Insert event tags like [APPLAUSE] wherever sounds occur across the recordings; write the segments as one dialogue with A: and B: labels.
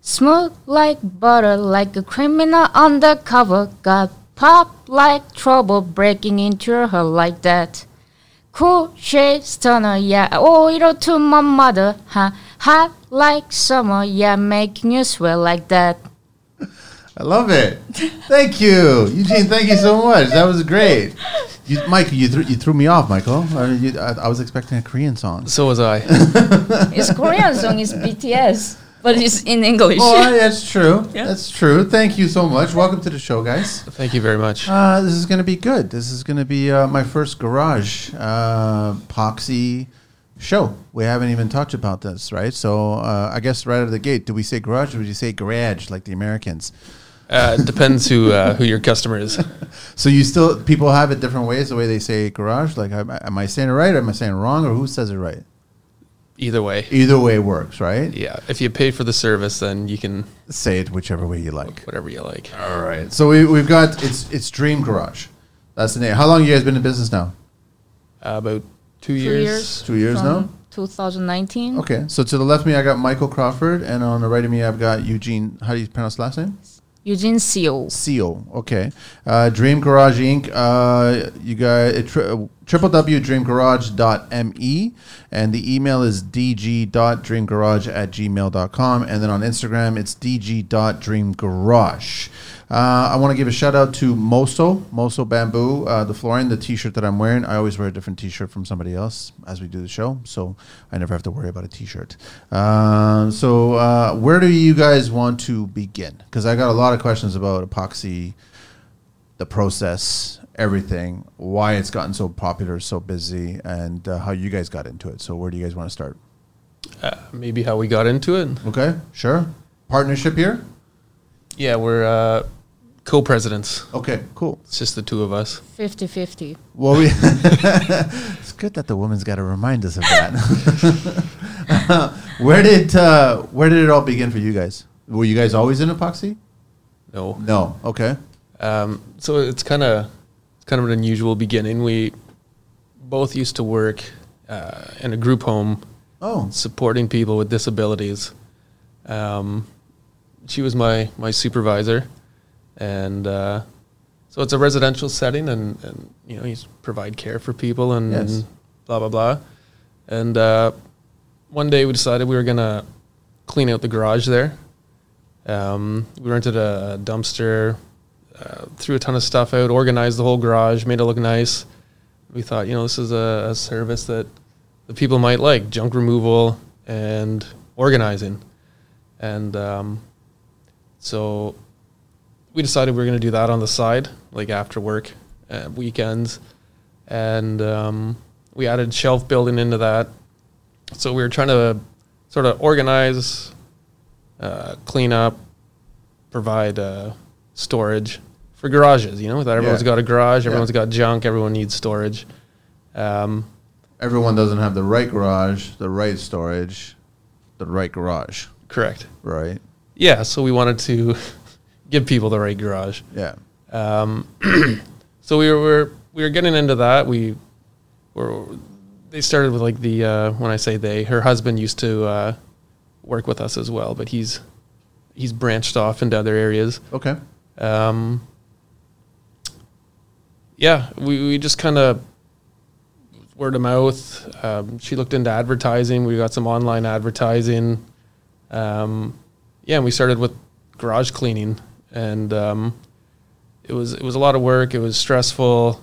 A: Smooth like butter, like a criminal undercover. Got pop like trouble breaking into her like that. Cool shade stunner, yeah. Oh, it all to my mother, huh? Hot like summer, yeah. Making you sweat like that.
B: I love it. Thank you, Eugene. Thank you so much. That was great. You, Mike, you, threw you threw me off, Michael. I, mean, you, I, I was expecting a Korean song.
C: So was I.
A: His Korean song is BTS, but it's in English.
B: Oh, that's true.
A: Yeah.
B: That's true. Thank you so much. Welcome to the show, guys.
C: Thank you very much.
B: Uh, this is going to be good. This is going to be uh, my first garage uh, poxy show. We haven't even talked about this, right? So uh, I guess right out of the gate, do we say garage or do we say garage like the Americans?
C: Uh, it depends who uh, who your customer is.
B: So you still people have it different ways the way they say garage. Like, am I- am I saying it right? Or am I saying it wrong? Or who says it right?
C: Either way,
B: Either way works, right?
C: yeah. If you pay for the service, then you can
B: Say it whichever way you like.
C: whatever you like. Uh,
B: All right. So we, we've got it's it's Dream Garage. That's the name. How long you guys been in business now?
C: Uh, about
A: Two
C: two, years.
A: years.
B: Two years now.
A: 2019.
B: Okay. So to the left of me, I got Michael Crawford, and on the right of me, I've got Eugene. How do you pronounce the last name?
A: Eugene Seal.
B: Seal. Okay. Uh, Dream Garage Inc. Uh, you guys, it tri- www.dreamgarage.me, and the email is dg.dreamgarage at gmail.com, and then on Instagram, it's dg.dreamgarage. Uh, I want to give a shout out to Moso, Moso Bamboo, uh, the flooring, the t shirt that I'm wearing. I always wear a different t shirt from somebody else as we do the show, so I never have to worry about a t shirt. Uh, so, uh, where do you guys want to begin? Because I got a lot of questions about epoxy, the process, everything, why it's gotten so popular, so busy, and uh, how you guys got into it. So, where do you guys want to start?
C: Uh, maybe how we got into it.
B: Okay, sure. Partnership here?
C: Yeah, we're uh, co-presidents.
B: Okay, cool.
C: It's just the two of us.
A: 50 50.
B: Well, we it's good that the woman's got to remind us of that. [LAUGHS] where did uh, where did it all begin for you guys? Were you guys always in epoxy?
C: No.
B: No. Okay.
C: Um, so it's kind of it's kind of an unusual beginning. We both used to work uh, in a group home
B: Oh.
C: supporting people with disabilities. Um, she was my, my supervisor, and uh, so it's a residential setting, and, and you know you s- provide care for people and,
B: Yes.
C: blah blah blah. And uh, one day we decided we were gonna clean out the garage there. Um, we rented a dumpster, uh, threw a ton of stuff out, organized the whole garage, made it look nice. We thought, you know, this is a, a service that the people might like junk removal and organizing. And um, so we decided we were going to do that on the side, like after work, uh, weekends. And um, we added shelf building into that. So we were trying to sort of organize, uh, clean up, provide uh, storage for garages, you know, that everyone's
B: Yeah.
C: got a garage,
B: Yeah.
C: everyone's got junk, everyone needs storage. Um,
B: Everyone doesn't have the right garage, the right storage, the right garage,
C: correct.
B: right?
C: Yeah, so we wanted to [LAUGHS] give people the right garage.
B: Yeah.
C: So we were, were we were getting into that. We were they started with like the uh, when I say they, her husband used to uh, work with us as well, but he's he's branched off into other areas.
B: Okay.
C: Um, yeah, we, we just kind of word of mouth. Um, she looked into advertising. We got some online advertising. Um, yeah, and we started with garage cleaning, and um, it was it was a lot of work. It was stressful.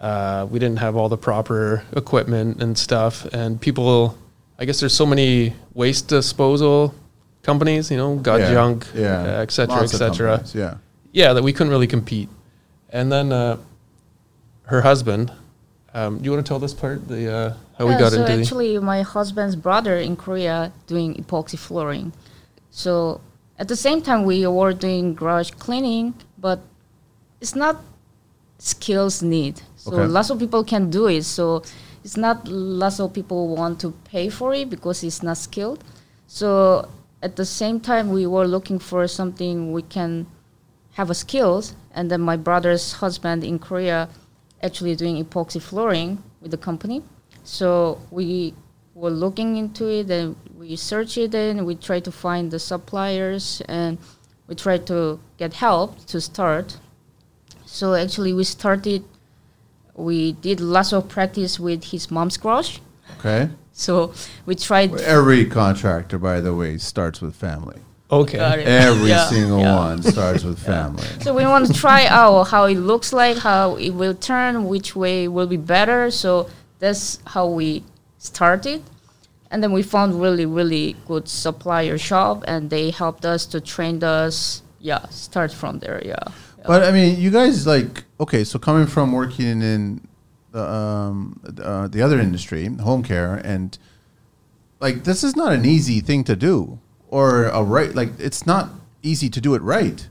C: Uh, we didn't have all the proper equipment and stuff, and people. I guess there's so many waste disposal companies, you know, got
B: Yeah.
C: junk,
B: Yeah.
C: uh, et cetera,
B: Lots
C: et
B: of
C: cetera
B: companies, Yeah.
C: yeah, that we couldn't really compete. And then uh, her husband. Um, do you want to tell this part? The uh, how we
A: Yeah,
C: got
A: so
C: into the
A: actually my husband's brother in Korea doing epoxy flooring. So at the same time we were doing garage cleaning, but it's not skills need. So
B: Okay.
A: lots of people can do it. So it's not lots of people want to pay for it because it's not skilled. So at the same time we were looking for something we can have a skills and then my brother's husband in Korea actually doing epoxy flooring with the company. So we we're looking into it and we search it and we try to find the suppliers and we try to get help to start. So actually, we started. We did lots of practice with his mom's crush.
B: Okay.
A: So we tried.
B: Every contractor, by the way, starts with family.
C: Okay.
A: Got it.
B: Every
A: Yeah,
B: single
A: yeah.
B: one starts with family.
A: So we want to try out how it looks like, how it will turn, which way will be better. So that's how we started. And then we found really, really good supplier shop and they helped us to train us. Yeah, start from there. Yeah.
B: But I mean, you guys like okay. So coming from working in the um, uh, the other industry, home care, and like this is not an easy thing to do, or a right. Like it's not easy to do it right.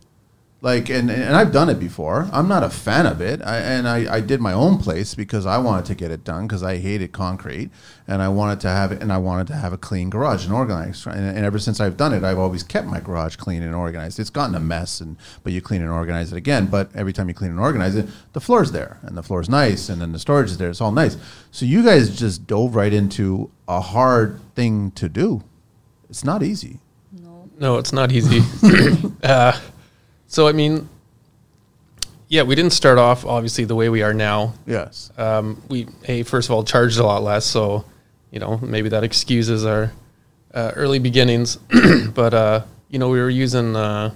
B: Like and, and I've done it before. I'm not a fan of it, I, and I, I did my own place because I wanted to get it done because I hated concrete and I wanted to have it and I wanted to have a clean garage and organized. And, and ever since I've done it, I've always kept my garage clean and organized. It's gotten a mess, and but you clean and organize it again. But every time you clean and organize it, the floor's there and the floor's nice, and then the storage is there. It's all nice. So you guys just dove right into a hard thing to do. It's not easy.
C: No, it's
A: [LAUGHS]
C: not easy. [LAUGHS] uh, so I mean, yeah, we didn't start off obviously the way we are now.
B: Yes.
C: Um, we hey, first of all, charged a lot less, so you know maybe that excuses our uh, early beginnings. [CLEARS THROAT] but uh, you know, we were using uh,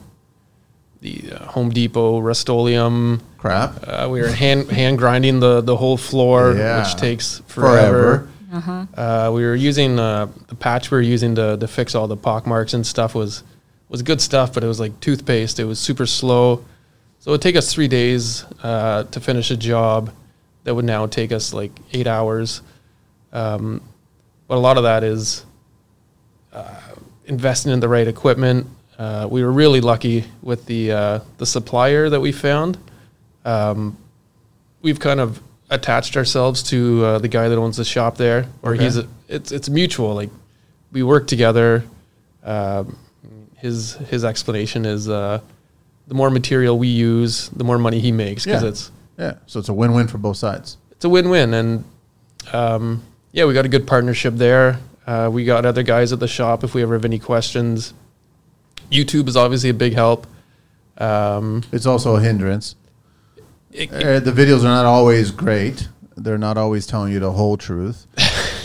C: the uh, Home Depot Rust-Oleum.
B: Crap.
C: Uh, we were hand hand grinding the the whole floor,
B: Yeah.
C: which takes
B: Forever.
C: forever. Uh, we were using uh, the patch we were using to, to fix all the pock marks and stuff was was good stuff, but it was like toothpaste. It was super slow, so it would take us three days uh, to finish a job that would now take us like eight hours. Um, but a lot of that is uh, investing in the right equipment. Uh, we were really lucky with the uh, the supplier that we found. Um, we've kind of attached ourselves to uh, the guy that owns the shop there, or
B: Okay.
C: he's a, it's it's mutual. Like we work together. Um, his his explanation is uh, the more material we use, the more money he makes because
B: Yeah.
C: it's
B: Yeah. So it's a win-win for both sides.
C: it's a win-win and um, yeah we got a good partnership there uh, we got other guys at the shop if we ever have any questions youtube is obviously a big help um,
B: It's also a hindrance.
C: it-
B: Uh, the videos are not always great. They're not always telling you the whole
C: [LAUGHS]
B: truth.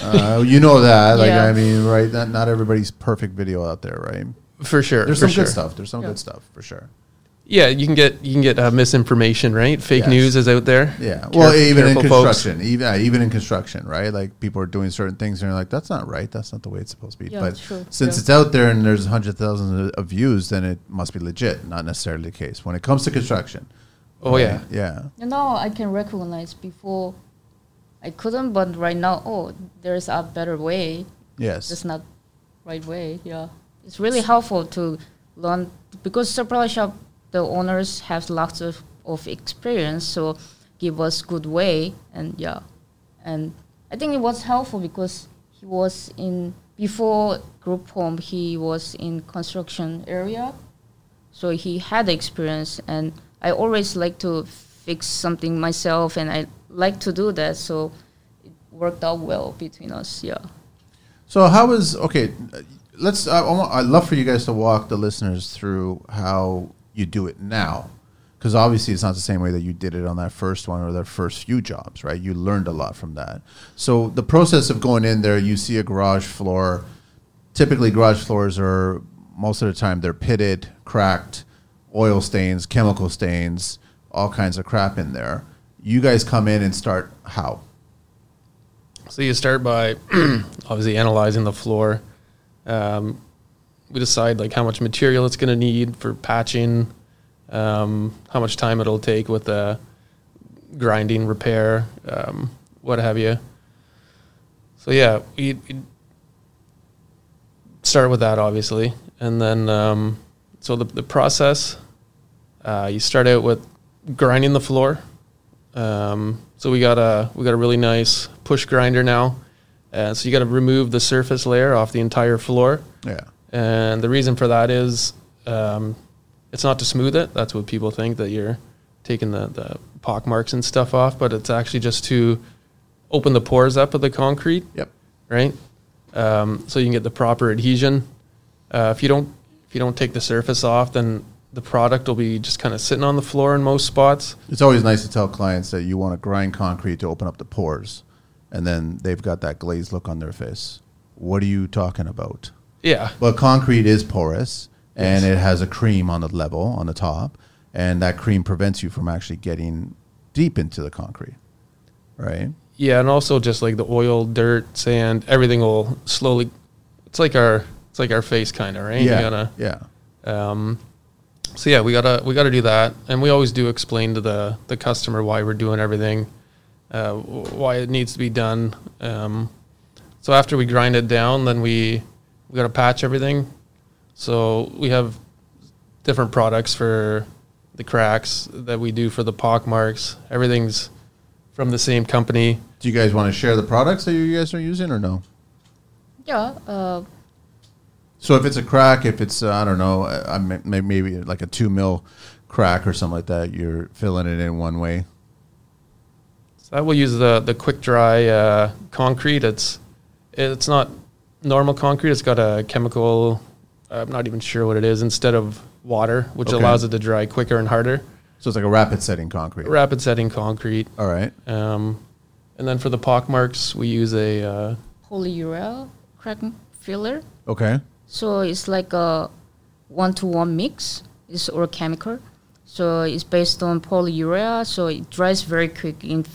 B: Uh, you know that. Like
A: Yeah.
B: I mean, right? Not, not everybody's perfect video out there, right?
C: for sure
B: There's
C: for
B: some
C: sure.
B: good stuff. There's some
A: Yeah.
B: good stuff for sure.
C: yeah you can get you can get uh, misinformation right fake
B: Yes.
C: news is out there
B: Yeah. well,
C: Caref-
B: even in
C: careful, folks.
B: construction, even yeah, even in construction, right? Like people are doing certain things, and you're like, "That's not right. That's not the way it's supposed to be."
A: Yeah,
B: but
A: true.
B: since
A: Yeah.
B: it's out there and there's hundred thousands of views, then it must be legit. Not necessarily the case when it comes to construction.
C: oh yeah
B: Yeah.
A: You know, I can recognize before I couldn't, but right now, oh, there's a better way.
B: Yes.
A: It's not right way. Yeah, it's really helpful to learn because supply shop the owners have lots of, of experience, so give us good way and yeah, and I think it was helpful because he was in before group home he was in construction area, so he had experience and I always like to fix something myself and I like to do that so it worked out well between us yeah.
B: So how is okay? Let's. I, I want- I'd love for you guys to walk the listeners through how you do it now, because obviously it's not the same way that you did it on that first one or that first few jobs, right? You learned a lot from that. So the process of going in there, you see a garage floor. Typically, garage floors are most of the time they're pitted, cracked, oil stains, chemical stains, all kinds of crap in there. You guys come in and start how?
C: So you start by [CLEARS THROAT] obviously analyzing the floor. Um, we decide like how much material it's going to need for patching, um, how much time it'll take with uh, grinding, repair, um, what have you. So yeah, we we'd start with that obviously, and then um, so the the process. Uh, you start out with grinding the floor. Um, so we got a we got a really nice push grinder now. Uh, so you got to remove the surface layer off the entire floor,
B: Yeah.
C: and the reason for that is um, it's not to smooth it. That's what people think that you're taking the the pock marks and stuff off, but it's actually just to open the pores up of the concrete
B: Yep.
C: right? um, so you can get the proper adhesion. Uh, if you don't if you don't take the surface off, then the product will be just kind of sitting on the floor in most spots.
B: It's always nice to tell clients that you want to grind concrete to open up the pores, and then they've got that glazed look on their face. What are you talking about?
C: Yeah,
B: But concrete is porous, and it has a cream on the level on the top, and that cream prevents you from actually getting deep into the concrete, right?
C: yeah, and also just like the oil, dirt, sand, everything will slowly. It's like our it's like our face kind of right. You
B: yeah,
C: gotta-
B: yeah.
C: Um, so yeah, we gotta we gotta do that, and we always do explain to the the customer why we're doing everything, uh, wh- why it needs to be done. Um, so after we grind it down, then we we gotta patch everything. So we have different products for the cracks that we do for the pock marks. Everything's from the same company.
B: Do you guys want to share the products that you guys are using or no?
A: Yeah. Uh,
B: So if it's a crack, if it's uh, I don't know, uh, I may- may- maybe like a two mil crack or something like that, you're filling it in one way.
C: So I will use the the quick dry uh, concrete. It's it's not normal concrete. It's got a chemical. I'm not even sure what it is. Instead of water, which
B: Okay.
C: allows it to dry quicker and harder.
B: So it's like a rapid setting concrete.
C: Rapid setting concrete.
B: All right.
C: Um, and then for the pock marks, we use a uh,
A: polyurea crack filler.
B: Okay.
A: So it's like a one to one mix. It's all chemical. So it's based on polyurea. So it dries very quick. In,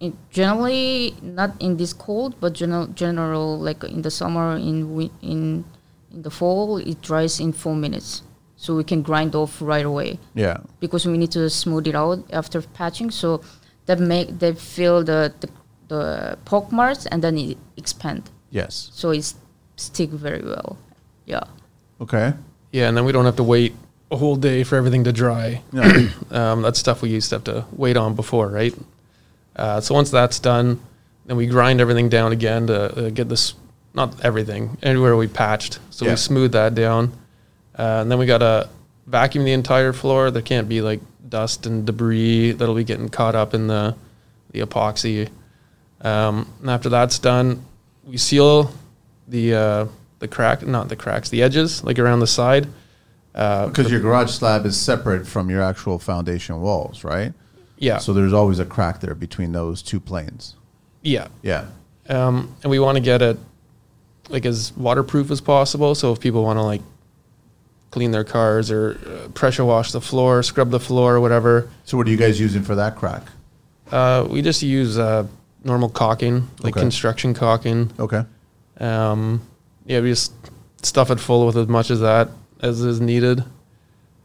A: in generally not in this cold, but general, general like in the summer, in win- in in the fall, it dries in four minutes. So we can grind off right away
B: Yeah.
A: because we need to smooth it out after patching. So that make they fill the the, the pock marks and then it expand.
B: Yes.
A: So it's stick very well. Yeah.
B: Okay.
C: yeah, and then we don't have to wait a whole day for everything to dry.
B: Yeah.
C: [CLEARS THROAT] Um, that's stuff we used to have to wait on before, right? Uh, so once that's done, then we grind everything down again to uh, get this, not everything, anywhere we patched. So
B: Yeah.
C: we smooth that down. Uh, and then we got to vacuum the entire floor. There can't be like dust and debris that'll be getting caught up in the, the epoxy. Um, and after that's done, we seal the, uh, the crack, not the cracks, the edges, like around the side. Uh,
B: Because your garage slab is separate from your actual foundation walls, right?
C: yeah.
B: So there's always a crack there between those two planes.
C: yeah.
B: Yeah.
C: um, and we want to get it like as waterproof as possible. So if people want to like clean their cars or uh, pressure wash the floor, scrub the floor, whatever,
B: So what are you guys using for that crack?
C: uh, we just use uh, normal caulking, like
B: Okay.
C: construction caulking.
B: Okay.
C: Um, yeah, we just stuff it full with as much as that as is needed.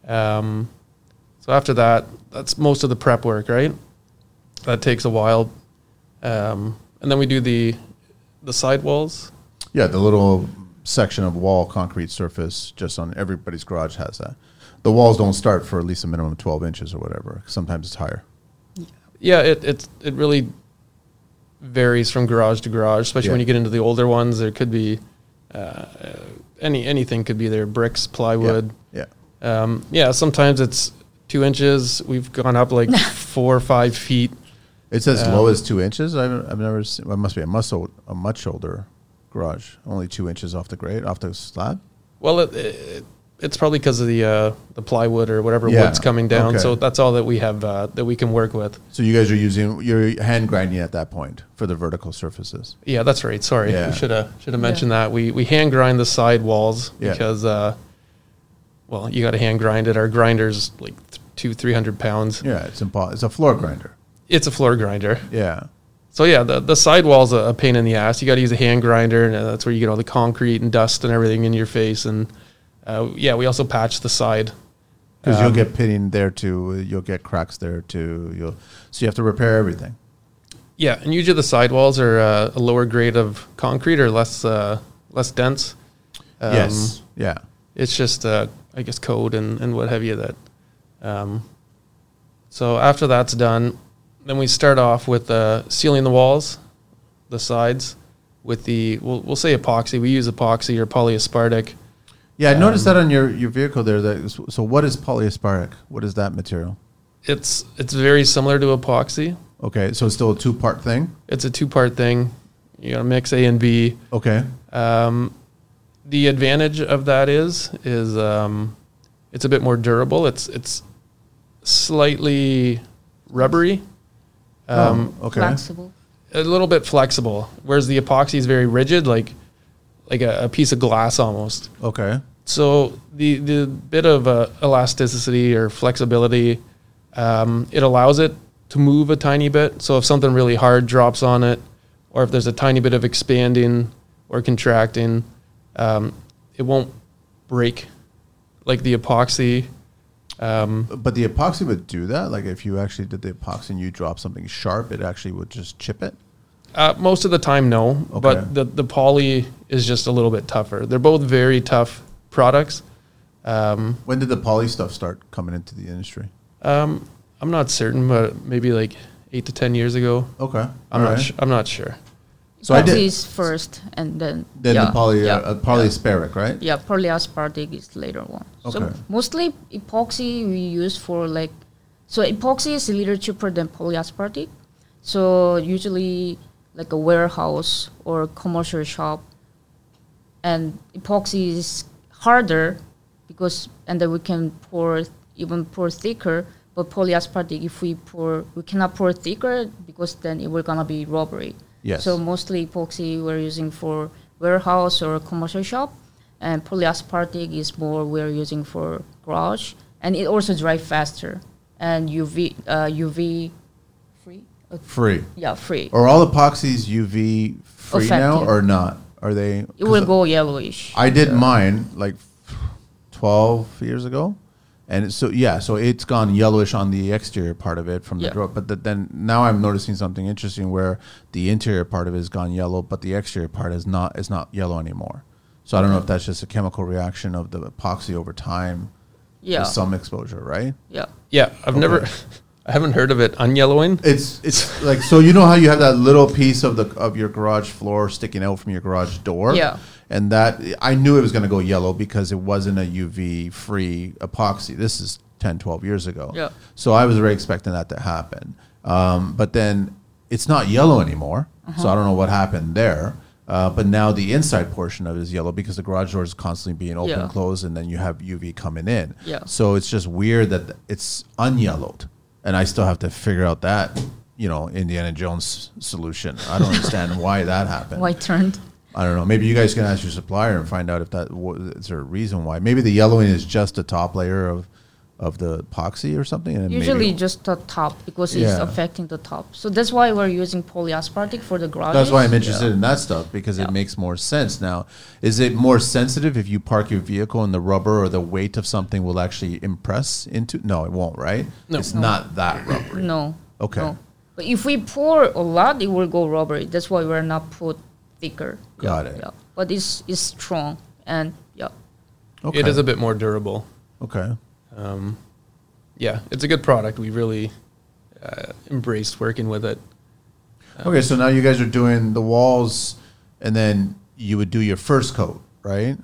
C: Um, so after that, that's most of the prep work, right? That takes a while, um, and then we do the the sidewalls.
B: Yeah, the little section of wall concrete surface just on everybody's garage has that. The walls don't start for at least a minimum of 12 inches or whatever. Sometimes it's higher.
C: Yeah, it it it really varies from garage to garage, especially when
B: Yeah.
C: you get into the older ones. There could be uh, any anything could be there: bricks, plywood.
B: Yeah.
C: Yeah. Um, yeah, sometimes it's two inches. We've gone up like four or five feet.
B: It's as low as two inches. I've, I've never seen, well, it must be a, muscle, a much older garage, only two inches off the grade, off the slab.
C: Well, it, it it's probably because of the uh, the plywood or whatever
B: Yeah,
C: wood's coming down.
B: okay.
C: So that's all that we have uh, that we can work with.
B: So you guys are using, you're hand grinding at that point for the vertical surfaces.
C: Yeah, that's right. Sorry,
B: Yeah.
C: we should have should have mentioned that. We we hand grind the side walls
B: Yeah.
C: because, uh, well, you got to hand grind it. Our grinder's like th- two three hundred pounds.
B: Yeah, it's impo- It's a floor grinder.
C: It's a floor grinder.
B: Yeah.
C: So yeah, the the side walls a, a pain in the ass. You got to use a hand grinder, and uh, that's where you get all the concrete and dust and everything in your face. And uh, yeah, we also patch the side.
B: Because you'll get pitting there too. You'll get cracks there too. You'll so you have to repair everything.
C: Yeah, and usually the sidewalls are uh, a lower grade of concrete or less uh, less dense. Um,
B: Yeah.
C: it's just uh, I guess code and, and what have you that. Um, so after that's done, then we start off with uh, sealing the walls, the sides, with the we'll, we'll say epoxy. We use epoxy or polyaspartic.
B: Yeah. I noticed that on your, your vehicle there. That so what is polyaspartic? What is that material?
C: It's it's very similar to epoxy.
B: Okay. So it's still a two part thing.
C: It's a two part thing. You know, mix A and B.
B: Okay.
C: Um, the advantage of that is is um, it's a bit more durable. It's it's slightly rubbery, um,
B: oh, okay.
A: Flexible.
C: a little bit flexible. Whereas the epoxy is very rigid, like like a, a piece of glass almost.
B: Okay.
C: So the the bit of uh, elasticity or flexibility, um, it allows it to move a tiny bit. So if something really hard drops on it, or if there's a tiny bit of expanding or contracting, um, it won't break like the epoxy. Um,
B: But the epoxy would do that. Like if you actually did the epoxy and you drop something sharp, it actually would just chip it.
C: uh, most of the time, no,
B: Okay.
C: but the the poly is just a little bit tougher. They're both very tough products. Um,
B: When did the poly stuff start coming into the industry?
C: Um, I'm not certain, but maybe like eight to ten years ago.
B: Okay.
C: I'm
B: All
C: not.
B: right.
C: Su- I'm not sure.
B: So I
A: Epoxy
B: did-
A: is first, and then
B: Then
A: yeah,
B: the poly,
A: yeah,
B: uh, polyaspartic, right?
A: yeah, polyaspartic is later one. So
B: Okay.
A: mostly epoxy we use for like, so epoxy is a little cheaper than polyaspartic. So usually like a warehouse or a commercial shop, and epoxy is harder because and then we can pour even pour thicker. But polyaspartic, if we pour, we cannot pour thicker because then it will gonna be rubbery.
B: Yes.
A: So mostly epoxy we're using for warehouse or commercial shop, and polyaspartic is more we're using for garage, and it also dry faster and UV uh, UV free. Uh,
B: Free.
A: yeah, free.
B: Are all epoxies UV free now
A: Effective.
B: or not? Are they?
A: It will
B: 'cause
A: go yellowish.
B: I did mine like twelve years ago, and it's so yeah, so it's gone yellowish on the exterior part of it from the
A: Yeah.
B: drawer. But th- then now I'm noticing something interesting where the interior part of it has gone yellow, but the exterior part is not is not yellow anymore. So I don't know if that's just a chemical reaction of the epoxy over time.
A: yeah,
B: With some exposure, right?
A: yeah.
C: Yeah, I've never. [LAUGHS] I haven't heard of it unyellowing.
B: It's it's like so you know how you have that little piece of the of your garage floor sticking out from your garage door.
A: Yeah.
B: And that I knew it was going to go yellow because it wasn't a UV free epoxy. This is 10, 12 years ago.
A: Yeah.
B: So I was already expecting that to happen. Um, but then it's not yellow anymore.
A: Uh-huh.
B: So I don't know what happened there. Uh, but now the inside portion of it is yellow because the garage door is constantly being open,
A: Yeah.
B: closed, and then you have UV coming in.
A: Yeah.
B: So it's just weird that th- it's unyellowed, and I still have to figure out that you know Indiana Jones solution. I don't understand why that happened.
A: White turned.
B: I don't know. Maybe you guys can ask your supplier and find out if that wa- is there a reason why. Maybe the yellowing is just a top layer of of the epoxy or something. And maybe-
A: Usually just the top because it's
B: Yeah.
A: affecting the top. So that's why we're using polyaspartic for the garage.
B: that's why I'm interested in that stuff because it makes more sense. Now, is it more sensitive if you park your vehicle and the rubber or the weight of something will actually impress into? No, it won't. Right?
C: No.
B: It's not that rubbery.
A: No.
B: Okay.
A: no. But if we pour a lot, it will go rubbery. That's why we're not put thicker.
B: Got it.
A: Yeah. But it's it's strong and yeah.
B: Okay.
C: It is a bit more durable.
B: okay.
C: Um, yeah, it's a good product. We really uh, embraced working with it.
B: Okay, so now you guys are doing the walls, and then you would do your first coat, right?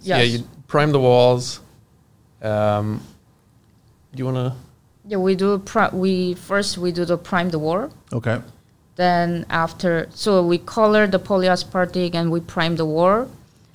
A: Yes.
C: Yeah, you prime the walls. Um, do you want to?
A: Yeah, we do pri- we first we do the prime the wall.
B: Okay.
A: Then after so we color the polyaspartic and we prime the wall.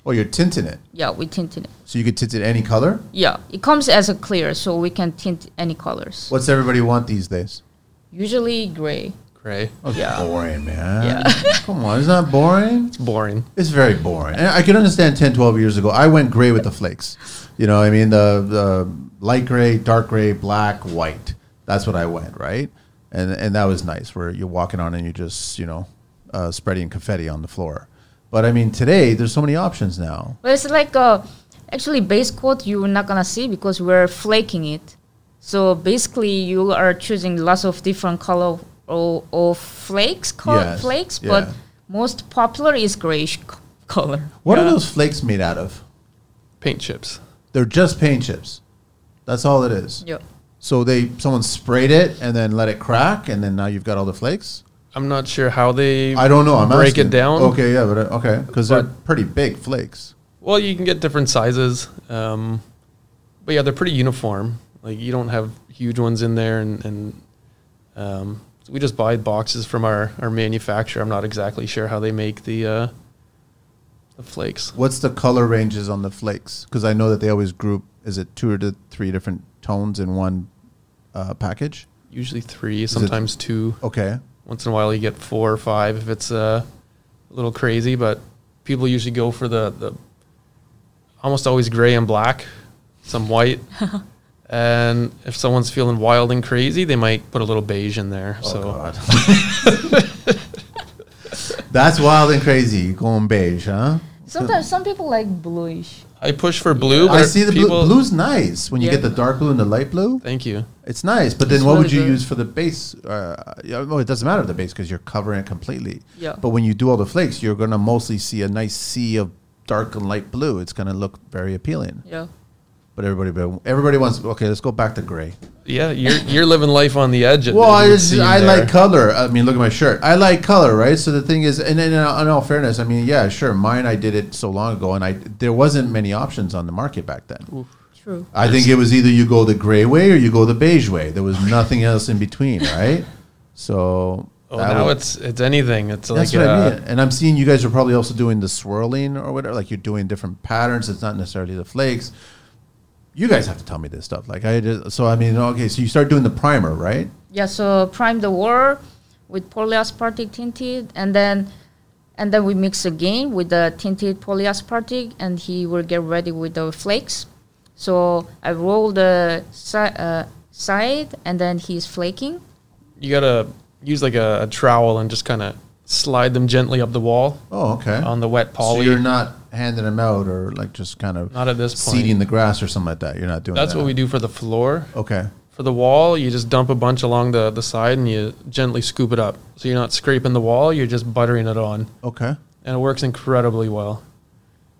B: Oh, you're tinting it,
A: Yeah, we tint it.
B: so you could tint it any color.
A: Yeah, it comes as a clear, so we can tint any colors.
B: What's everybody want these days?
A: Usually gray.
C: Gray.
B: Oh, it's
A: Yeah.
B: boring, man.
A: Yeah.
B: Come on, it's not boring.
C: It's boring.
B: It's very boring. And I can understand 10, 12 years ago. I went gray with the flakes. You know, I mean, the, the light gray, dark gray, black, white. That's what I went, right? And, and that was nice, where you're walking on and you're just, you know, uh, spreading confetti on the floor. But I mean, today, there's so many options now.
A: But it's like a, actually base coat you're not gonna see because we're flaking it. So basically you are choosing lots of different color or, or flakes, co-
B: Yes,
A: flakes,
B: yeah.
A: but most popular is grayish c- color.
B: What are
C: Yeah.
B: those flakes made out of?
C: Paint chips.
B: They're just paint chips. That's all it is.
A: Yeah.
B: So they someone sprayed it and then let it crack, and then now you've got all the flakes.
C: I'm not sure how they.
B: I don't know. I'm
C: break
B: asking.
C: it down.
B: Okay, yeah, but uh, okay, because they're
C: But-
B: pretty big flakes.
C: Well, you can get different sizes, um, but yeah, they're pretty uniform. Like you don't have huge ones in there, and, and um, so we just buy boxes from our, our manufacturer. I'm not exactly sure how they make the uh, the flakes.
B: What's the color ranges on the flakes? Because I know that they always group. Is it two or th- three different tones in one uh, package?
C: Usually three, sometimes two.
B: Okay.
C: Once in a while, you get four or five if it's uh, a little crazy. But people usually go for the the almost always gray and black, some white. And if someone's feeling wild and crazy, they might put a little beige in there. so
B: [LAUGHS] That's wild and crazy. You're Going beige, huh?
A: Sometimes some people like bluish.
C: I push for blue. but
B: I see the
C: people-
B: blue. Blue's nice when you
C: Yeah.
B: get the dark blue and the light blue.
C: Thank you.
B: It's nice, but then
A: It's
B: what would
A: really
B: you
A: good.
B: use for the base? Uh, yeah, well, it doesn't matter the base because you're covering it completely.
A: Yeah.
B: But when you do all the flakes, you're gonna mostly see a nice sea of dark and light blue. It's gonna look very appealing.
A: Yeah.
B: But everybody, everybody wants. Okay, let's go back to gray.
C: Yeah, you're you're living life on the edge. Of
B: Well, I,
C: it
B: just,
C: seem
B: I
C: there.
B: like color. I mean, look at my shirt. I like color, right? So the thing is, and in, in all fairness, I mean, yeah, sure, mine. I did it so long ago, and I there wasn't many options on the market back then.
A: True.
B: I think it was either you go the gray way or you go the beige way. There was nothing else in between,
C: [LAUGHS]
B: right? So
C: Oh,
B: that
C: now
B: was-
C: it's it's anything. It's
B: that's
C: like
B: what I
C: uh,
B: mean. And I'm seeing you guys are probably also doing the swirling or whatever. Like you're doing different patterns. It's not necessarily the flakes. You guys have to tell me this stuff. Like I just, so I mean, okay, so you start doing the primer, right?
A: Yeah. So prime the word with polyaspartic tinted, and then and then we mix again with the tinted polyaspartic, and he will get ready with the flakes. So I roll the si- uh, side, and then he's flaking.
C: you gotta use like a, a trowel and just kind of slide them gently up the wall
B: Oh, okay.
C: on the wet
B: So
C: poly.
B: you're not handing them out or like just kind of
C: Not at this point.
B: seeding the grass or something like that. You're not doing
C: That's
B: that.
C: what we do for the floor.
B: Okay.
C: For the wall, you just dump a bunch along the, the side and you gently scoop it up. So you're not scraping the wall, you're just buttering it on.
B: Okay.
C: And it works incredibly well.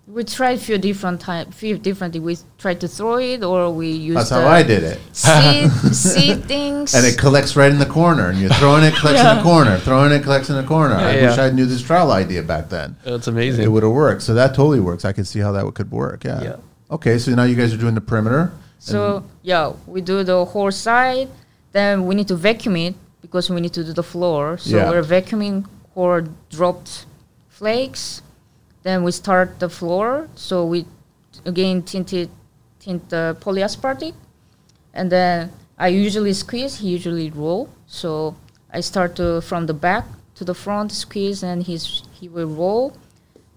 A: We tried few different time, few differently. We tried to throw it, or we use
B: That's
A: the
B: how I did it.
A: seed,
B: [LAUGHS]
A: seed things.
B: And it collects right in the corner, and you're throwing it, collects in the
A: Yeah.
B: corner, throwing it, collects in the corner. I
C: Yeah,
B: wish
C: yeah.
B: I knew this trial idea back then.
C: It's
B: It
C: amazing.
B: would have worked. So that totally works. I could see how that would- could work. Yeah.
C: Yeah.
B: Okay. So now you guys are doing the perimeter.
A: So yeah, we do the whole side. Then we need to vacuum it because we need to do the floor. So
B: Yeah.
A: we're vacuuming or dropped flakes. Then we start the floor. So we again tint it, tint the polyaspartic, and then I usually squeeze. He usually roll. So I start to from the back to the front squeeze, and he's he will roll.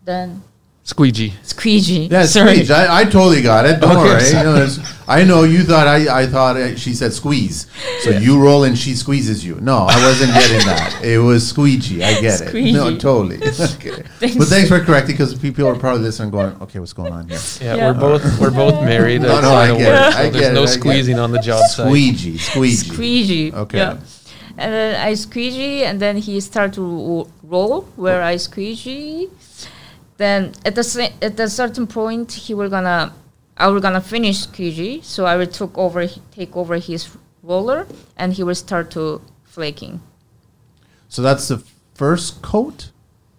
A: Then
C: Squeegee.
A: squeegee.
B: Yeah, squeeze. I, I totally got it. Don't
C: Okay,
B: worry.
C: sorry.
B: You know, it's- I know you thought I, I thought uh, she said squeeze. So you roll and she squeezes you. No, I wasn't getting that. It was squeegee. I get it. No,
A: Squeegee.
B: totally. Okay. But thanks for correcting because people are probably listening going, okay, what's going on here?
C: Yeah,
A: Yeah.
C: we're both we're both married.
B: No, no,
C: It's
B: I
C: gotta
B: get it.
C: work.
B: I get
C: So There's
B: it, I
C: no
B: get it.
C: squeezing on the job site.
B: Squeegee. Squeegee.
A: squeegee.
B: Okay.
A: Yeah. And then I squeegee, and then he start to ro- roll where I squeegee. Then at the sa- at a certain point, he will gonna, I will gonna finish squeegee. So I will took over, take over his roller, and he will start to flaking.
B: So that's the first coat?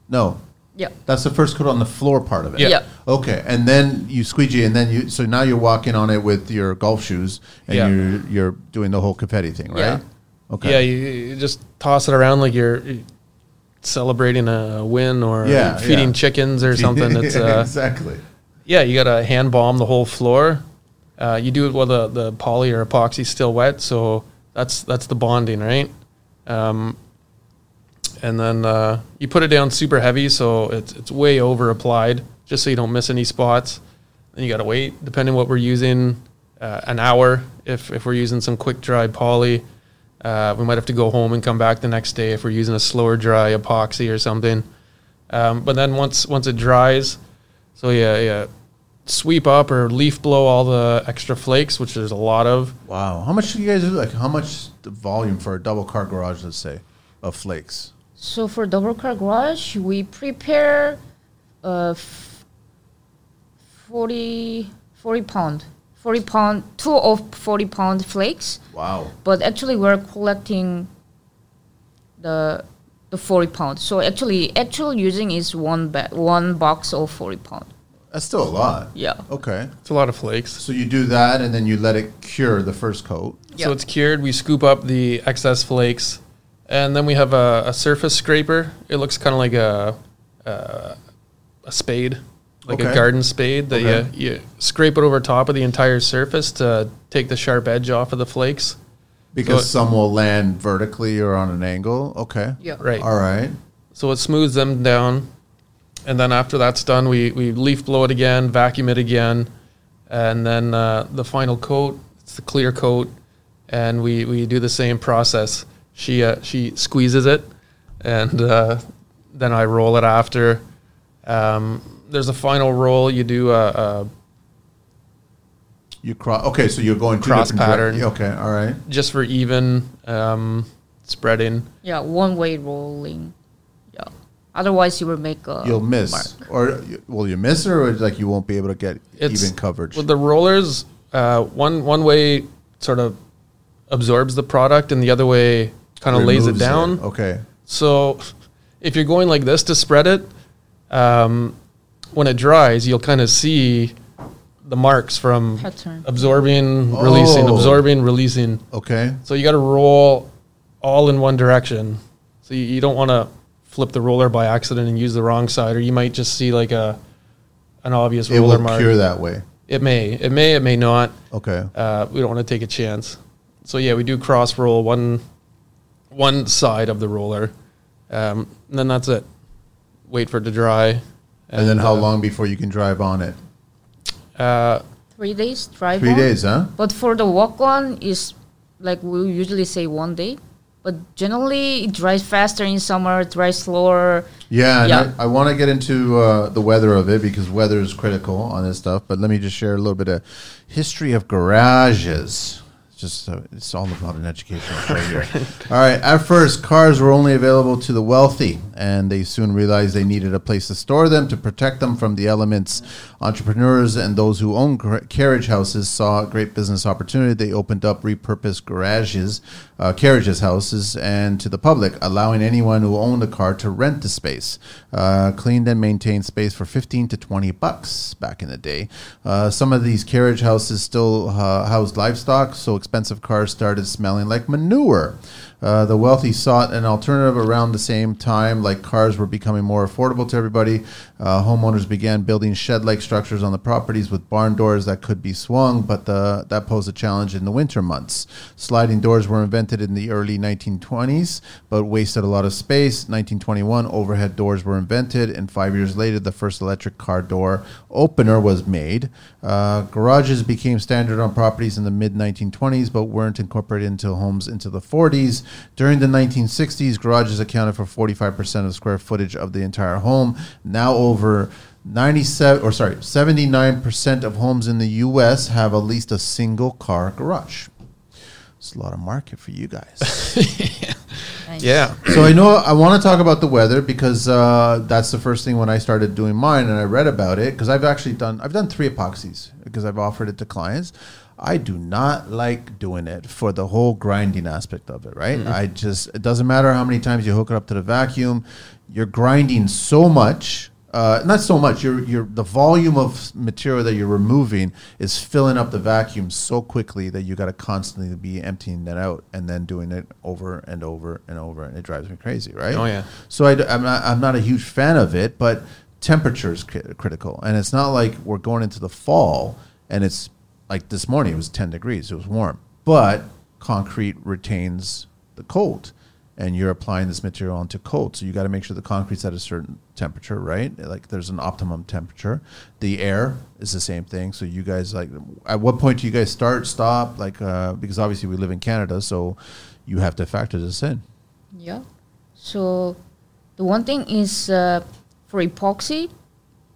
B: No.
A: Yeah.
B: That's the first coat on the floor part of it.
C: Yeah.
A: Yeah.
B: Okay, and then you squeegee, and then you. So now you're walking on it with your golf shoes, and
C: Yeah.
B: you're you're doing the whole confetti thing, right?
A: Yeah.
B: Okay.
C: Yeah, you, you just toss it around like you're celebrating a win or
B: Yeah,
C: feeding
B: yeah.
C: chickens or something.
B: [LAUGHS]
C: It's uh,
B: exactly.
C: yeah, you gotta hand bomb the whole floor. Uh, you do it while the, the poly or epoxy's still wet, so that's that's the bonding, right? Um, and then uh, you put it down super heavy, so it's it's way over applied, just so you don't miss any spots. Then you gotta wait, depending what we're using, uh, an hour. If if we're using some quick dry poly, uh, we might have to go home and come back the next day if we're using a slower dry epoxy or something. Um, but then once once it dries, so yeah, yeah, sweep up or leaf blow all the extra flakes, which there's a lot of.
B: Wow, how much do you guys do? Like, how much the volume for a double car garage, let's say, of flakes?
A: So for double car garage, we prepare, uh, f- 40, 40 pound, forty pound, two of forty pound flakes.
B: Wow.
A: but actually we're collecting the the 40 pound so actually actual using is one ba- one box of 40 pound
B: That's still a lot.
A: yeah
B: Okay.
C: It's a lot of flakes.
B: So you do that, and then you let it cure the first coat.
A: Yeah.
C: So it's cured. We scoop up the excess flakes, And then we have a, a surface scraper. It looks kind of like a, a a spade, like
B: Okay.
C: a garden spade that
B: Okay.
C: you, you scrape it over top of the entire surface to take the sharp edge off of the flakes.
B: Because
C: So-
B: some will land vertically or on an angle. Okay.
A: Yeah.
C: Right.
B: All right.
C: So it smooths them down. And then after that's done, we, we leaf blow it again, vacuum it again. And then uh, the final coat, it's the clear coat. And we, we do the same process. She, uh, she squeezes it, and uh, then I roll it after. Um, there's a final roll. You do uh, a, a
B: You cross. Okay, so you're going two
C: Cross
B: different direc-
C: pattern.
B: Okay. All right.
C: just for even um, spreading.
A: Yeah, one way rolling. Yeah. Otherwise, you will make a.
B: You'll miss,
A: mark.
B: or you- will you miss, or it's like you won't be able to get
C: It's-
B: even coverage?
C: With the rollers, uh, one one way sort of absorbs the product, and the other way kind of lays it
B: Removes Oh.
C: down.
B: Okay.
C: So, if you're going like this to spread it, um, when it dries, you'll kind of see the marks from
A: Pattern.
C: absorbing, releasing,
B: Oh.
C: absorbing, releasing.
B: Okay.
C: So you got to roll all in one direction. So you, you don't want to flip the roller by accident and use the wrong side, or you might just see like a an obvious
B: It
C: roller
B: will
C: mark.
B: cure that way.
C: It may, it may, it may not.
B: Okay.
C: Uh, we don't want to take a chance. So yeah, we do cross roll one one side of the roller, um, and then that's it. Wait for it to dry. And,
B: And then how
C: uh,
B: long before you can drive on it?
C: Uh,
A: Three days, drive
B: Three
A: on.
B: days, huh?
A: But for the walk on, is like we usually say one day. But generally, it dries faster in summer, it dries slower.
B: Yeah, and
A: Yeah.
B: I, I want to get into uh, the weather of it because weather is critical on this stuff. But let me just share a little bit of history of garages. It's Just uh, it's all about an educational show here. all right. At first, cars were only available to the wealthy, and they soon realized they needed a place to store them to protect them from the elements. Entrepreneurs and those who owned gra- carriage houses saw a great business opportunity. They opened up repurposed garages, uh, carriages houses, and to the public, allowing anyone who owned a car to rent the space. Uh, cleaned and maintained space for 15 to 20 bucks back in the day. Uh, some of these carriage houses still uh, housed livestock, so expensive cars started smelling like manure. Uh, the wealthy sought an alternative around the same time, like cars were becoming more affordable to everybody. Uh, homeowners began building shed like structures on the properties with barn doors that could be swung, but the, that posed a challenge in the winter months. Sliding doors were invented in the early 1920s, but wasted a lot of space. 1921, overhead doors were invented, and five years later, the first electric car door opener was made. Uh, garages became standard on properties in the mid 1920s, but weren't incorporated into homes into the 40s. During the 1960s, garages accounted for 45% of square footage of the entire home. Now, over 97 or sorry, 79% of homes in the U.S. have at least a single car garage. It's a lot of market for you guys.
A: Nice.
C: yeah,
B: So I know I want to talk about the weather because uh, that's the first thing when I started doing mine and I read about it because I've actually done I've done three epoxies because I've offered it to clients. I do not like doing it for the whole grinding aspect of it, right? I just it doesn't matter how many times you hook it up to the vacuum, you're grinding so much. Uh, not so much. You're, you're, the volume of material that you're removing is filling up the vacuum so quickly that you got to constantly be emptying that out and then doing it over and over and over, and it drives me crazy, right?
C: Oh, yeah.
B: So I, am not, I'm not a huge fan of it, but temperature is cri- critical, and it's not like we're going into the fall and it's like this morning it was 10 degrees, it was warm, but concrete retains the cold, and you're applying this material onto cold, so you got to make sure the concrete's at a certain temperature, right? Like there's an optimum temperature. The air is the same thing, so you guys like at what point do you guys start, stop, like uh, because obviously we live in Canada, so you have to factor this in.
A: Yeah. So the one thing is uh, for epoxy,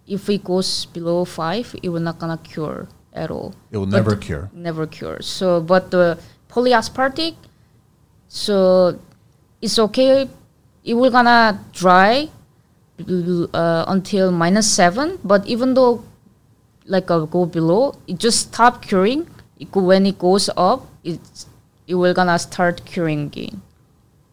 A: if it goes below five, it will not gonna cure at all.
B: It will
A: But-
B: never cure.
A: Never cure. So, but the polyaspartic, so it's okay. It will gonna dry uh, until minus seven. But even though like uh, go below, it just stop curing. It go, when it goes up, it's it will gonna start curing again.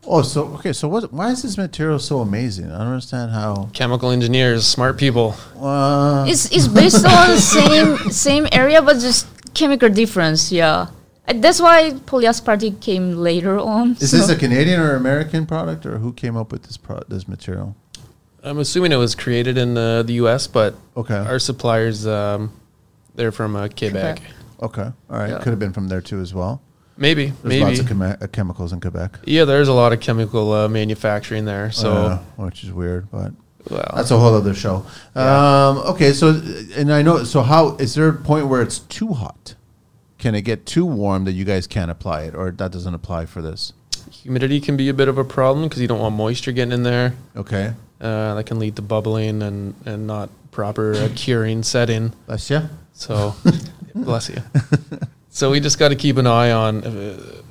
B: Oh, so okay. So what? Why is this material so amazing? I don't understand how.
C: chemical engineers, smart people.
B: Uh,
A: [LAUGHS] It's it's based on same same area, but just chemical difference. Yeah, Uh, That's why polyaspartic came later on.
B: Is
A: so-
B: this a Canadian or American product, or who came up with this pro- this material?
C: I'm assuming it was created in uh, the U.S., but
B: Okay.
C: our suppliers, um, they're from uh,
A: Quebec.
C: Quebec.
B: okay. All right.
C: Yeah.
B: Could have been from there too as well.
C: Maybe,
B: There's
C: maybe.
B: lots of chemi- uh, chemicals in Quebec.
C: yeah, there's a lot of chemical uh, manufacturing there. So,
B: Uh, which is weird, but
C: well,
B: that's a whole other show. Um, okay. So, and I know. So, how is there a point where it's too hot? Can it get too warm that you guys can't apply it, or that doesn't apply for this?
C: humidity can be a bit of a problem because you don't want moisture getting in there.
B: Okay.
C: Uh, that can lead to bubbling and, and not proper uh, curing setting.
B: That's yeah.
C: So, bless you. So we just got to keep an eye on uh,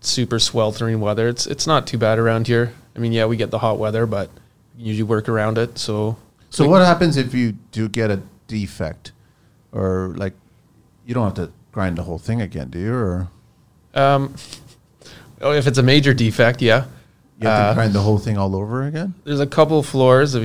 C: super sweltering weather. It's it's not too bad around here. I mean, yeah, we get the hot weather, but you usually work around it. So
B: So what happens if you do get a defect, or like you don't have to grind the whole thing again, do you? Or
C: um, oh, if it's a major defect, yeah,
B: you have
C: Uh,
B: to grind the whole thing all over again?
C: there's a couple floors. Of,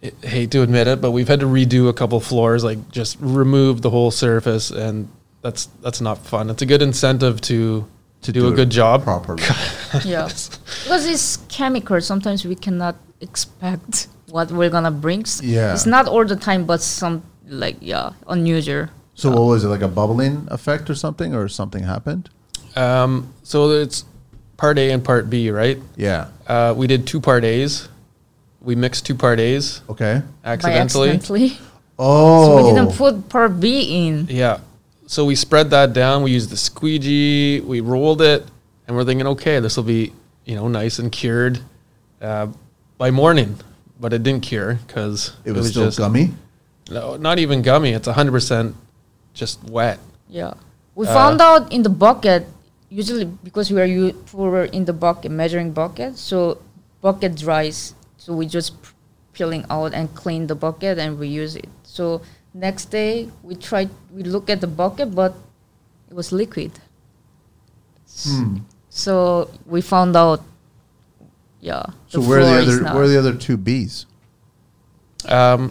C: I hate to admit it, but we've had to redo a couple floors, like just remove the whole surface, and that's that's not fun. It's a good incentive to to do, a
B: it
C: good job.
B: properly. [LAUGHS]
A: yeah. because it's chemical, sometimes we cannot expect what we're gonna bring. S-
B: Yeah.
A: It's not all the time, but some, like, yeah, unusual.
B: so what was it like a bubbling effect or something, or something happened?
C: Um, so it's part A and part B, right?
B: Yeah.
C: Uh, we did two part A's. We mixed two part A's
B: Okay.
C: accidentally.
A: By accidentally.
B: Oh.
A: So we didn't put part B in.
C: Yeah. So we spread that down. We used the squeegee. We rolled it, and we're thinking, okay, this will be you know nice and cured uh, by morning. But it didn't cure because
B: it, was still gummy.
C: No, not even gummy. It's hundred percent just wet.
A: Yeah. We
B: Uh,
A: found out in the bucket, usually because we are u- for in the bucket, measuring bucket, so bucket dries. So we just p- peeling out and clean the bucket and reuse it. So next day we tried, we look at the bucket, but it was liquid. S-
B: Hmm.
A: So we found out, yeah.
B: So where are
A: floor
B: the
A: is
B: other
A: not-
B: where are the other two B's? [LAUGHS]
C: Um,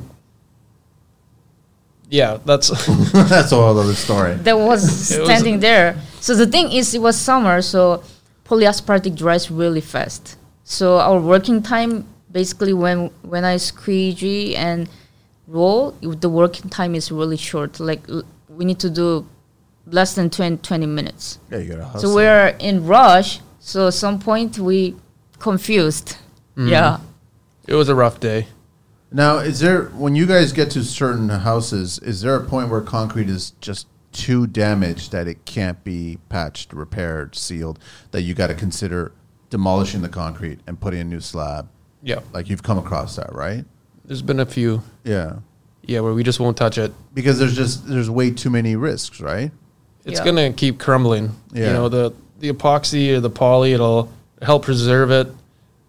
C: yeah, that's [LAUGHS]
B: That's a whole other story.
A: that was
C: It was-
A: standing there. So the thing is, it was summer, so polyaspartic dries really fast. So our working time, basically, when when I squeegee and roll, it- the working time is really short. Like l- we need to do less than 20, 20 minutes.
B: Yeah, you gotta
A: So
B: hustle.
A: we're in rush. So at some point we confused.
C: Mm-hmm.
A: Yeah.
C: it was a rough day.
B: Now, is there when you guys get to certain houses, is there a point where concrete is just too damaged that it can't be patched, repaired, sealed? That you got to consider demolishing the concrete and putting a new slab?
C: Yeah,
B: Like you've come across that, right?
C: there's been a few.
B: Yeah,
C: Yeah, where we just won't touch it.
B: because there's just there's way too many risks, right?
C: It's
A: Yeah.
C: gonna keep crumbling.
B: Yeah.
C: You know the the epoxy or the poly, it'll help preserve it.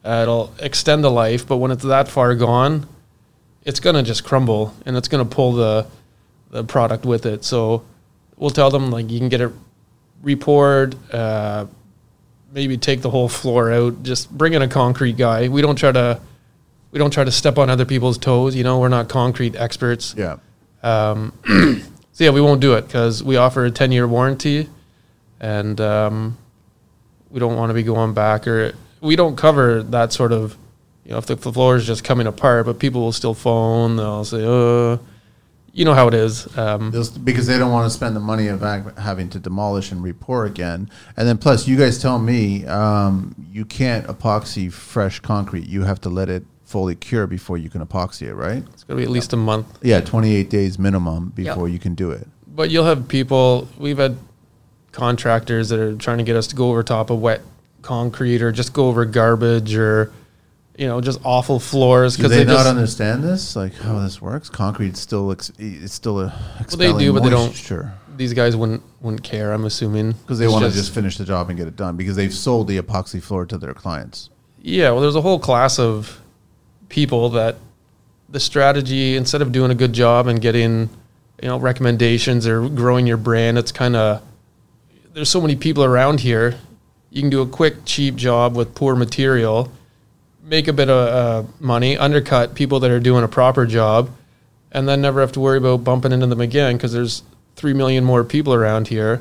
C: Uh, it'll extend the life, but when it's that far gone, it's gonna just crumble and it's gonna pull the the product with it. So we'll tell them like you can get it repoured. Uh, maybe take the whole floor out. Just bring in a concrete guy. We don't try to we don't try to step on other people's toes. You know we're not concrete experts.
B: Yeah.
C: So yeah, we won't do it because we offer a ten year warranty, and um, we don't want to be going back or we don't cover that sort of. You know, if the f- floor is just coming apart, but people will still phone. They'll say, "Uh, you know how it is." Um,
B: Those- because they don't want to spend the money of ac- having to demolish and repour again. And then plus, you guys tell me um, you can't epoxy fresh concrete. You have to let it fully cure before you can epoxy it, right?
C: it's going to be at least a month.
B: Yeah, 28 days minimum before you can do it.
C: But you'll have people. We've had contractors that are trying to get us to go over top of wet concrete or just go over garbage or, you know, just awful floors
B: Do
C: because
B: they,
C: they,
B: not
C: just
B: understand this? Like how this works? Concrete still ex- it's still a
C: they do, but they don't-
B: Sure,
C: these guys wouldn't wouldn't care. I'm assuming
B: because they
C: It's
B: want to just finish the job and get it done because they've sold the epoxy floor to their clients.
C: Yeah, well, there's a whole class of people that the strategy instead of doing a good job and getting you know recommendations or growing your brand, it's kind of there's so many people around here. You can do a quick, cheap job with poor material, make a bit of uh, money, undercut people that are doing a proper job, and then never have to worry about bumping into them again because there's three million more people around here.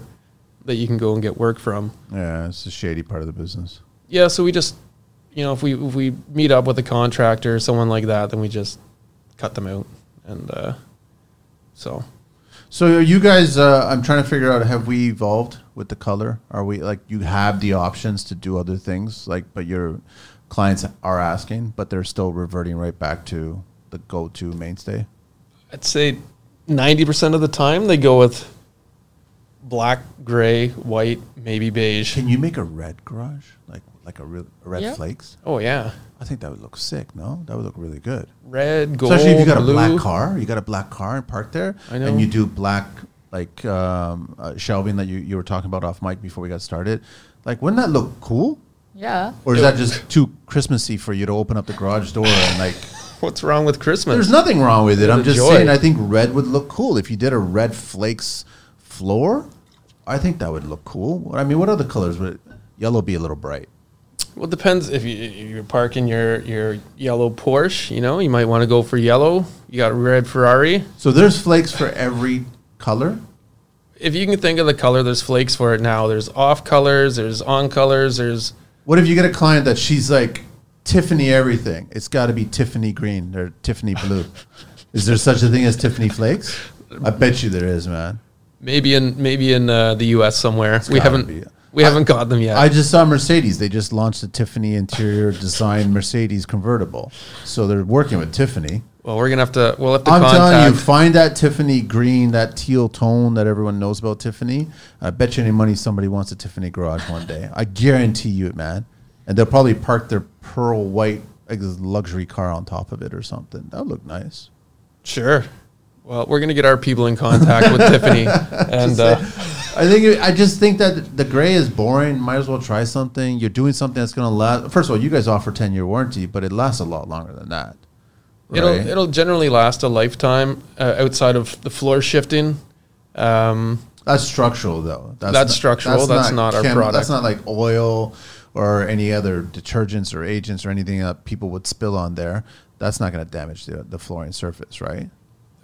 C: that you can go and get work from.
B: Yeah, it's a shady part of the business.
C: Yeah, so we just, you know, if we if we meet up with a contractor, someone like that, then we just cut them out, and uh, so
B: So are you guys, uh, I'm trying to figure out, have we evolved with the color? Are we like you have the options to do other things, like but your clients are asking, but they're still reverting right back to the go-to mainstay.
C: I'd say ninety percent of the time they go with black, gray, white, maybe beige.
B: Can you make a red garage, like like a real a red
C: Yeah.
B: flakes?
C: Oh yeah,
B: I think that would look sick. No, that would look really good.
C: red, gold,
B: Especially if you got
C: blue.
B: a black car, you got a black car and parked there,
C: I know.
B: and you do black like um, uh, shelving that you, you were talking about off mic before we got started. Like, wouldn't that look cool?
A: Yeah.
B: Or is that just too Christmassy for you to open up the garage door and like?
C: What's wrong with Christmas?
B: There's nothing wrong with it. I'm just
C: Enjoy.
B: saying. I think red would look cool if you did a red flakes floor. I think that would look cool. I mean, what other colors would yellow be? A little bright.
C: Well, it depends if, you, if you're parking your, your yellow Porsche. You know, you might want to go for yellow. You got red Ferrari.
B: So there's flakes for every color.
C: If you can think of the color, there's flakes for it now. There's off colors. There's on colors. There's
B: What if you get a client that she's like Tiffany everything? It's got to be Tiffany green or Tiffany blue. is there such a thing as Tiffany flakes? I bet you there is, man.
C: maybe in maybe in uh, the U.S. somewhere. we
B: gotta
C: haven't
B: be.
C: we haven't got them yet.
B: I just saw Mercedes. They just launched a Tiffany interior design Mercedes convertible. So they're working with Tiffany.
C: well, we're gonna have to. We'll have to
B: I'm telling
C: contact.
B: you, find that Tiffany green, that teal tone that everyone knows about Tiffany. I bet you any money somebody wants a Tiffany garage one day. I guarantee you it, man. And they'll probably park their pearl white like, this luxury car on top of it or something. That would look nice.
C: Sure. Well, we're gonna get our people in contact with
B: [LAUGHS]
C: Tiffany, and uh,
B: I think it- I just think that the gray is boring. Might as well try something. You're doing something that's going to last. First of all, you guys offer 10 year warranty, but it lasts a lot longer than that.
C: It'll
B: right?
C: it'll generally last a lifetime uh, outside of the floor shifting. Um,
B: That's structural, though.
C: That's structural. That's not our product.
B: That's not like oil or any other detergents or agents or anything that people would spill on there. That's not going to damage the, the flooring surface, right?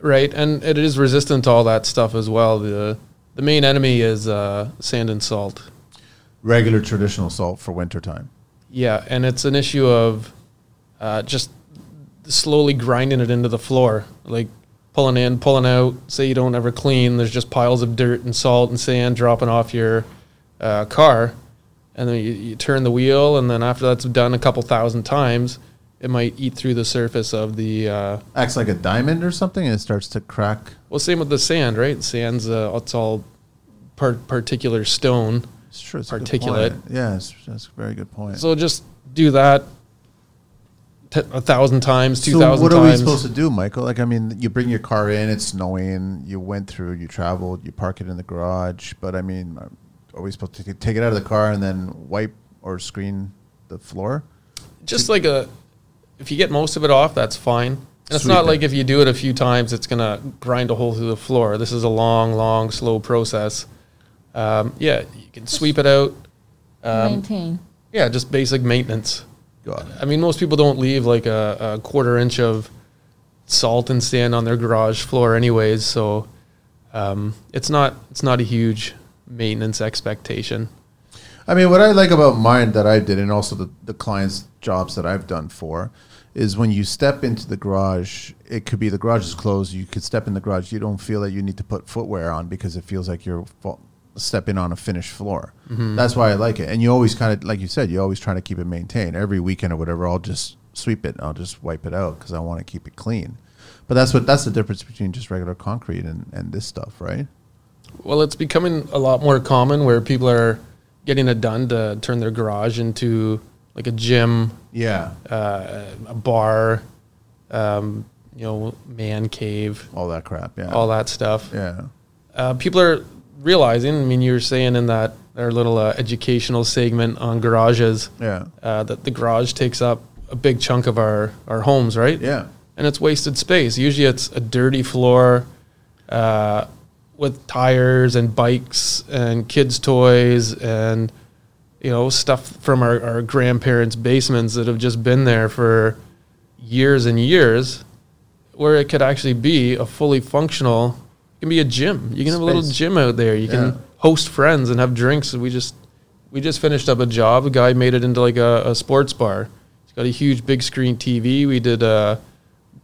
C: right, and it is resistant to all that stuff as well. The the main enemy is uh, sand and salt.
B: Regular traditional salt for wintertime.
C: Yeah, and it's an issue of uh, just slowly grinding it into the floor, like pulling in, pulling out. Say you don't ever clean, there's just piles of dirt and salt and sand dropping off your uh, car, and then you, you turn the wheel, and then after that's done a couple thousand times, it might eat through the surface of the. Uh,
B: Acts like a diamond or something, and it starts to crack.
C: well, same with the sand, right? Sand's uh, it's all par- particular stone.
B: It's true. It's a good
C: Particulate.
B: point. Yeah, it's, that's a very good point.
C: So just do that t- a thousand times, two
B: So
C: thousand times.
B: what are we supposed to do, Michael? Like, I mean, you bring your car in, it's snowing, you went through, you traveled, you park it in the garage, but I mean, are we supposed to t- take it out of the car and then wipe or screen the floor?
C: just like a if you get most of it off that's fine and it's
B: Sweet,
C: not
B: man.
C: like if you do it a few times it's going to grind a hole through the floor this is a long long slow process um, yeah you can sweep it out Um,
A: Maintain.
C: yeah just basic maintenance
B: God.
C: i mean most people don't leave like a, a quarter inch of salt and sand on their garage floor anyways so um, it's not it's not a huge maintenance expectation
B: I mean, what I like about mine that I did, and also the, the clients' jobs that I've done for, is when you step into the garage, it could be the garage is closed. You could step in the garage. You don't feel that you need to put footwear on because it feels like you're fa- stepping on a finished floor.
C: Mm-hmm.
B: That's why I like it. And you always kind of, like you said, you always try to keep it maintained. Every weekend or whatever, I'll just sweep it. I'll just wipe it out because I want to keep it clean. But that's what that's the difference between just regular concrete and, and this stuff, right?
C: Well, it's becoming a lot more common where people are getting it done to turn their garage into like a gym,
B: Yeah,
C: uh, a bar, um, you know, man cave,
B: all that crap. Yeah,
C: all that stuff.
B: yeah.
C: Uh, people are realizing. I mean, you were saying in that our little uh, educational segment on garages
B: Yeah.
C: uh, that the garage takes up a big chunk of our our homes, right?
B: Yeah.
C: and it's wasted space. Usually, it's a dirty floor uh, with tires and bikes and kids' toys and you know stuff from our, our grandparents' basements that have just been there for years and years, where it could actually be a fully functional. It can be a gym. You can have a little
B: Space.
C: gym out there. You
B: Yeah.
C: can host friends and have drinks. We just we just finished up a job. A guy made it into like a, a sports bar. It's got a huge big screen TV. We did uh,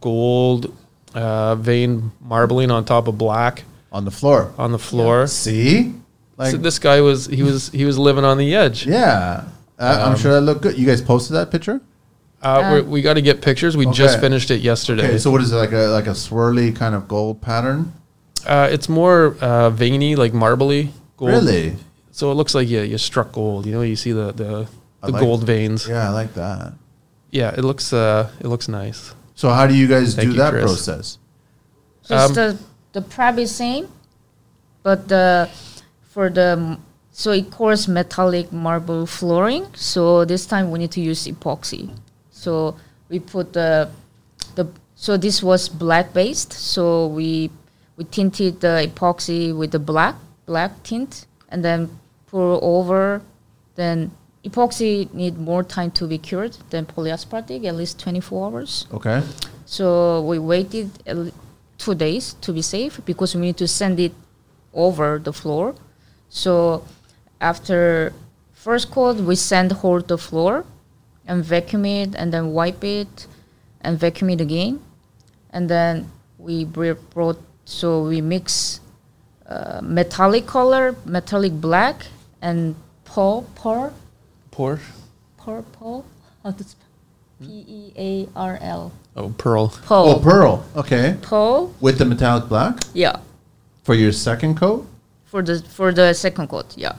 C: gold uh, vein marbling on top of black
B: on the floor.
C: on the floor.
B: See, like
C: so this guy was he was he was living on the edge.
B: yeah, I
C: Um,
B: I'm sure that looked good. You guys posted that picture.
C: Uh, we're, we got to get pictures. We just
B: Okay.
C: finished it yesterday.
B: Okay, so what is it like a like a swirly kind of gold pattern?
C: uh, it's more uh, veiny, like marbly gold.
B: Really?
C: So it looks like you you struck gold. You know, you see the the,
B: I
C: the
B: like
C: gold veins. Yeah.
B: Yeah, I like that.
C: it looks uh it looks nice.
B: So how do you guys
C: Thank
B: do
C: you,
B: that
C: Chris.
B: process?
A: So it's
C: Um,
A: the the probably same, but the for the so it course metallic marble flooring. So this time we need to use epoxy. So we put the the so this was black based. So we we tinted the epoxy with the black black tint and then pour over. Then epoxy need more time to be cured than polyaspartic, at least twenty four hours.
B: Okay,
A: So we waited a li- two days to be safe because we need to send it over the floor. So after first coat, we send hold the floor and vacuum it and then wipe it and vacuum it again. And then we br- brought, so we mix uh, metallic color, metallic black, and pearl, pearl,
C: Poor.
A: pearl, pearl, how to E spell? P-E-A-R-L.
C: Oh, pearl.
A: Pearl.
B: oh pearl. Okay,
A: pearl.
B: with the metallic black
A: Yeah,
B: for your second coat.
A: for the for the second coat. Yeah,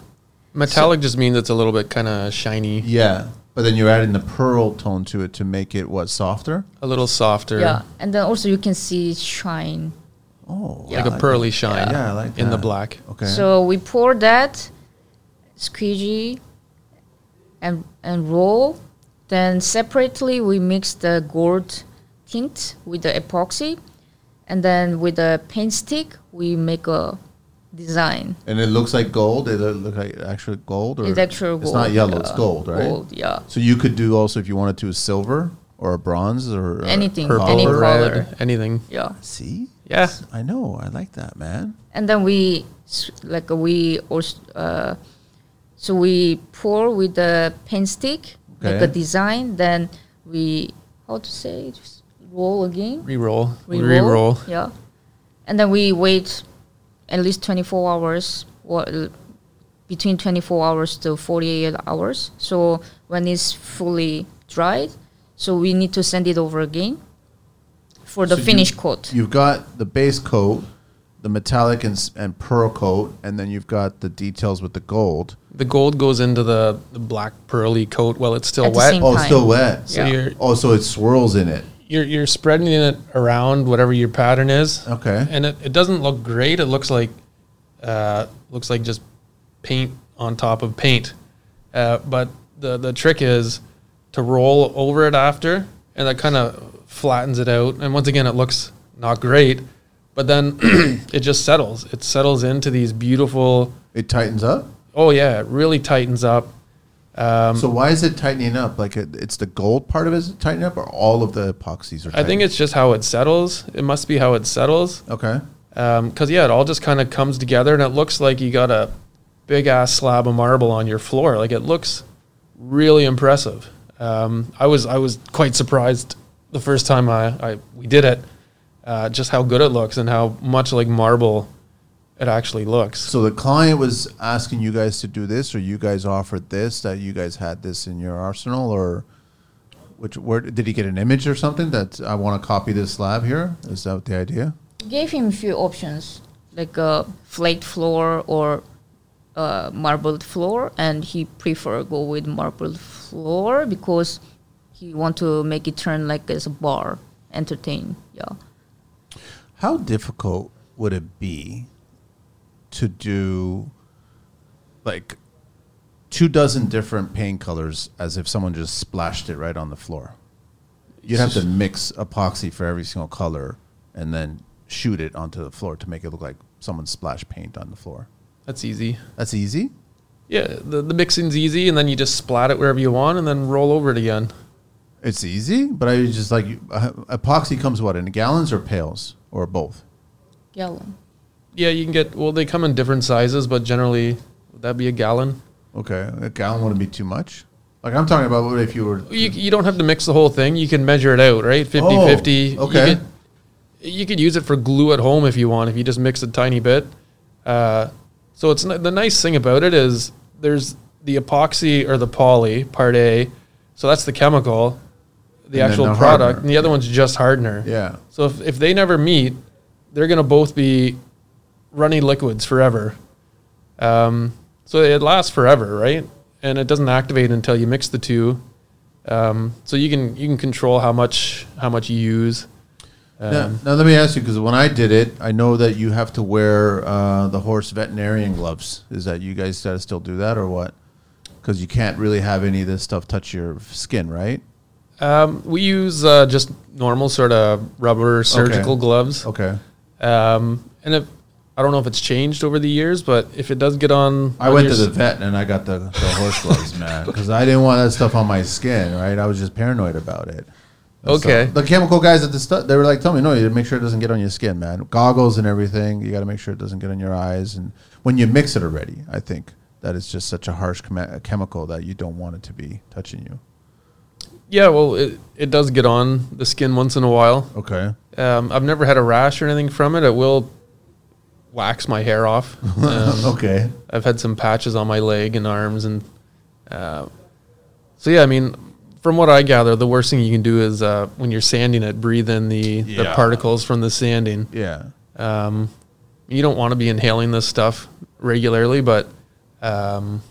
C: Metallic just means it's a little bit kind of shiny,
B: Yeah, but then you're adding the pearl tone to it to make it what softer.
C: a little softer,
A: yeah, and then also you can see shine.
B: Oh,
C: like a pearly shine.
B: Yeah, I like
C: in the
B: that.
C: black.
B: Okay,
A: So we pour that, squeegee, and and roll. Then separately we mix the gold tint with the epoxy, and then with the paint stick we make a design.
B: and it looks like gold. It loo- look like actual gold, or
A: It's actual
B: It's
A: gold,
B: not yellow. It's
A: yeah.
B: gold, right?
A: Gold, yeah.
B: So you could do also if you wanted to a silver or a bronze or or
A: Anything,
B: purple.
A: any
C: Or
A: color.
C: red, anything.
A: Yeah.
B: See,
C: Yeah.
B: I know. I like that, man.
A: and then we s- like we also uh, so we pour with the pen stick like
B: Okay.
A: a design then we how to say it Just roll again
C: Reroll. Reroll.
A: yeah and then we wait at least 24 hours or uh, between 24 hours to 48 hours so when it's fully dried so we need to send it over again for the
B: So you-
A: finished coat
B: You've got the base coat, the metallic and, s- and pearl coat, and then you've got the details with the gold.
C: The gold goes into the, the black pearly coat while it's still
A: At the
C: wet.
A: same-
B: Oh, it's
A: Fine.
B: still wet.
C: So
A: Yeah.
C: you're,
B: Oh, so it swirls in it.
C: you're you're spreading it around whatever your pattern is.
B: Okay.
C: And it, it doesn't look great. It looks like uh, looks like just paint on top of paint. Uh, but the the trick is to roll over it after, and that kind of flattens it out. And once again, it looks not great, but then [CLEARS THROAT] it just settles. It settles into these beautiful.
B: It tightens up.
C: Oh yeah, it really tightens up. Um,
B: so why is it tightening up? Like it, it's the gold part of it is tightening up, or all of the epoxies are.
C: I think it's just how it settles. It must be how it settles.
B: okay.
C: because Um, yeah, it all just kind of comes together, and it looks like you got a big ass slab of marble on your floor. Like it looks really impressive. Um, I was I was quite surprised the first time I, I we did it, uh, just how good it looks and how much like marble it actually looks.
B: So the client was asking you guys to do this, or you guys offered this. That you guys had this in your arsenal, or which where did he get an image or something that I want to copy this slab here? Is that the idea?
A: gave him a few options like a flat floor or a marbled floor and he prefer go with marbled floor because he want to make it turn like as a bar entertain yeah
B: How difficult would it be to do like two dozen different paint colors as if someone just splashed it right on the floor? You'd have to mix epoxy for every single color and then shoot it onto the floor to make it look like someone splashed paint on the floor.
C: That's easy.
B: That's easy.
C: Yeah, the, the mixing's easy, and then you just splat it wherever you want, and then roll over it again.
B: It's easy, but I just like uh, epoxy comes what in gallons or pails or both.
A: gallon
C: yeah, you can get. Well, they come in different sizes, but generally, would that be a gallon?
B: Okay, a gallon wouldn't be too much. Like I'm talking about what if you were.
C: You, you don't have to mix the whole thing. You can measure it out, right? 50
B: Oh,
C: 50.
B: okay.
C: You could, you could use it for glue at home if you want, if you just mix a tiny bit. Uh, so it's n- the nice thing about it is there's the epoxy or the poly, part A. So that's the chemical,
B: And
C: the
B: then
C: actual
B: the
C: product.
B: hardener.
C: And the other one's just hardener.
B: Yeah.
C: So if, if they never meet, they're going to both be runny liquids forever. Um, so it lasts forever, right? And it doesn't activate until you mix the two. Um, so you can you can control how much how much you use. Um,
B: Now, now let me ask you because when I did it, I know that you have to wear uh, the horse veterinarian gloves. Is that you guys gotta still do that or what? Because you can't really have any of this stuff touch your skin, right?
C: um, we use uh, just normal sort of rubber surgical gloves.
B: Okay.
C: Um, and if, I don't know if it's changed over the years, but if it does get on,
B: I
C: on
B: went
C: your
B: to the
C: s-
B: vet and I got the, the horse
C: [LAUGHS]
B: gloves, man, because I didn't want that stuff on my skin. Right? I was just paranoid about it. And so-
C: Okay.
B: the chemical guys at the stuff they were like, "Tell me, no, you make sure it doesn't get on your skin, man. Goggles and everything. You got to make sure it doesn't get on your eyes. And when you mix it already, I think that it's just such a harsh chemi- chemical that you don't want it to be touching you.
C: yeah, well, it, it does get on the skin once in a while.
B: Okay.
C: Um, I've never had a rash or anything from it. It will wax my hair off. Um,
B: okay.
C: I've had some patches on my leg and arms, and uh, so yeah. I mean, from what I gather, the worst thing you can do is uh, when you're sanding it, breathe in the, the
B: Yeah.
C: particles from the sanding.
B: Yeah.
C: Um, you don't want to be inhaling this stuff regularly, but um,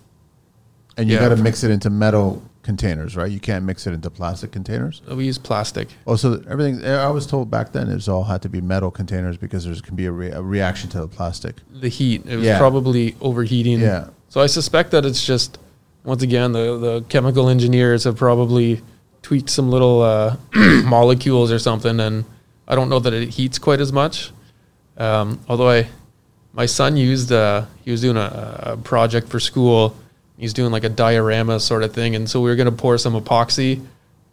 B: And you
C: Yeah.
B: got to mix it into metal containers, right? You can't mix it into plastic containers.
C: we use plastic.
B: Oh, so everything I was told back then is all had to be metal containers because there's can be a, re- a reaction to the plastic.
C: The heat it was
B: Yeah.
C: probably overheating.
B: Yeah.
C: So I suspect that it's just once again the the chemical engineers have probably tweaked some little uh, [CLEARS THROAT] molecules or something, and I don't know that it heats quite as much. Um, although I, my son used uh, he was doing a, a project for school. He's doing like a diorama sort of thing, and so we were gonna pour some epoxy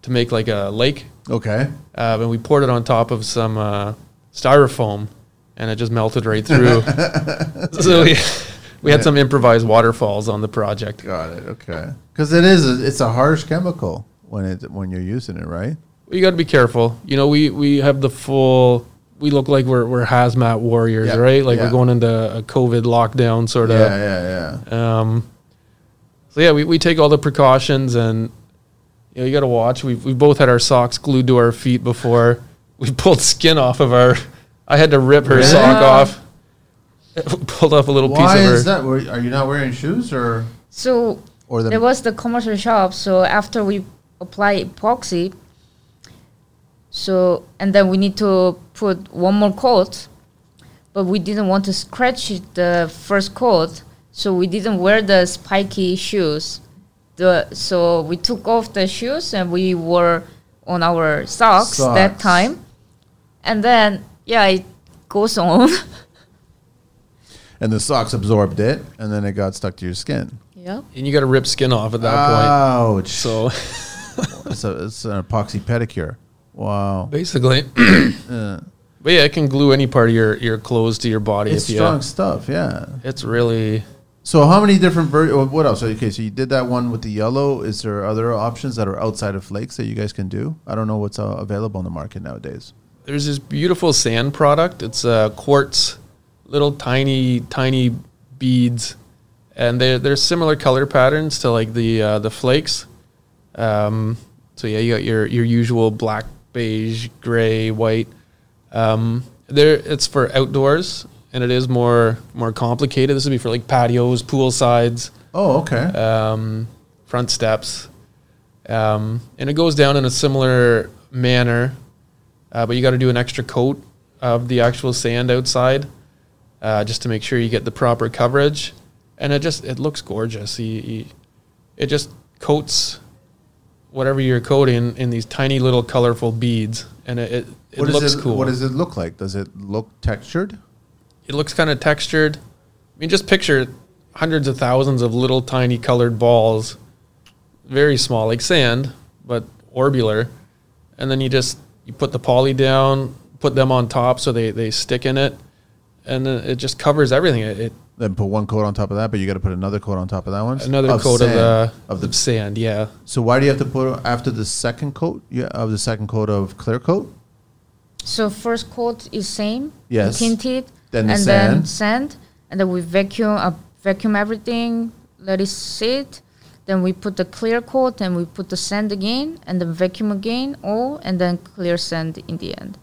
C: to make like a lake,
B: Okay.
C: uh, and we poured it on top of some uh, styrofoam, and it just melted right
B: [LAUGHS]
C: through. so we, we had some improvised waterfalls on the project.
B: Got it. Okay. Because it is a, it's a harsh chemical when it when you're using it, right?
C: You got to be careful. You know, we we have the full. We look like we're we're hazmat warriors,
B: Yeah,
C: right? Like
B: yeah.
C: we're going into a COVID lockdown sort of.
B: yeah, yeah, yeah.
C: Um, so yeah, we, we take all the precautions and you know you got to watch. We've we both had our socks glued to our feet before. We pulled skin off of our. I had to rip her
B: Really?
C: sock off. Pulled off [LAUGHS] a little
B: Why
C: piece of her.
B: is that? Were- Are you not wearing shoes or
A: So
B: or the?
A: there was the commercial shop. So after we apply epoxy, so and then we need to put one more coat, but we didn't want to scratch the first coat, so we didn't wear the spiky shoes. The so we took off the shoes and we were on our socks, that
B: Socks.
A: time, and then yeah, it goes on. [LAUGHS]
B: and the socks absorbed it, and then it got stuck to your skin.
A: yeah.
C: And you got to rip skin off at that point.
B: Ouch! So
C: So [LAUGHS]
B: it's, a, it's an epoxy pedicure. Wow.
C: basically, [CLEARS THROAT]
B: Uh,
C: but yeah, it can glue any part of your, your clothes to your body.
B: it's
C: if you,
B: strong stuff. Yeah.
C: It's really
B: So how many different ver- or what else? Okay, so you did that one with the yellow. Is there other options that are outside of flakes that you guys can do? I don't know what's uh, available in the market nowadays.
C: there's this beautiful sand product. It's uh, quartz, little tiny tiny beads, and they they're similar color patterns to like the uh, the flakes. Um, so yeah, you got your your usual black, beige, gray, white. Um, there it's for outdoors, and it is more more complicated. This would be for like patios, pool sides.
B: Oh, okay.
C: um, front steps, um, and it goes down in a similar manner, uh, but you got to do an extra coat of the actual sand outside uh, just to make sure you get the proper coverage. And it just it looks gorgeous. You, you, it just coats whatever you're coating in these tiny little colorful beads, and it it, it
B: What does
C: looks
B: it,
C: cool.
B: What does it look like? Does it look textured?
C: it looks kind of textured. I mean, just picture hundreds of thousands of little tiny colored balls, very small, like sand, but orbular. And then you just you put the poly down, put them on top so they, they stick in it, and then it just covers everything. It, it
B: Then put one coat on top of that, but you got to put another coat on top of that one.
C: another coat
B: sand,
C: of the
B: of
C: of
B: the
C: the sand. Yeah,
B: So why do you have to put after the second coat? Yeah, of the second coat of clear coat.
A: So first coat is same.
B: Yes.
A: Tinted.
B: Then the
A: and then
B: sand.
A: sand, and then we vacuum uh, vacuum everything, let it sit. Then we put the clear coat, and we put the sand again, and then vacuum again, all, and then clear sand in the end.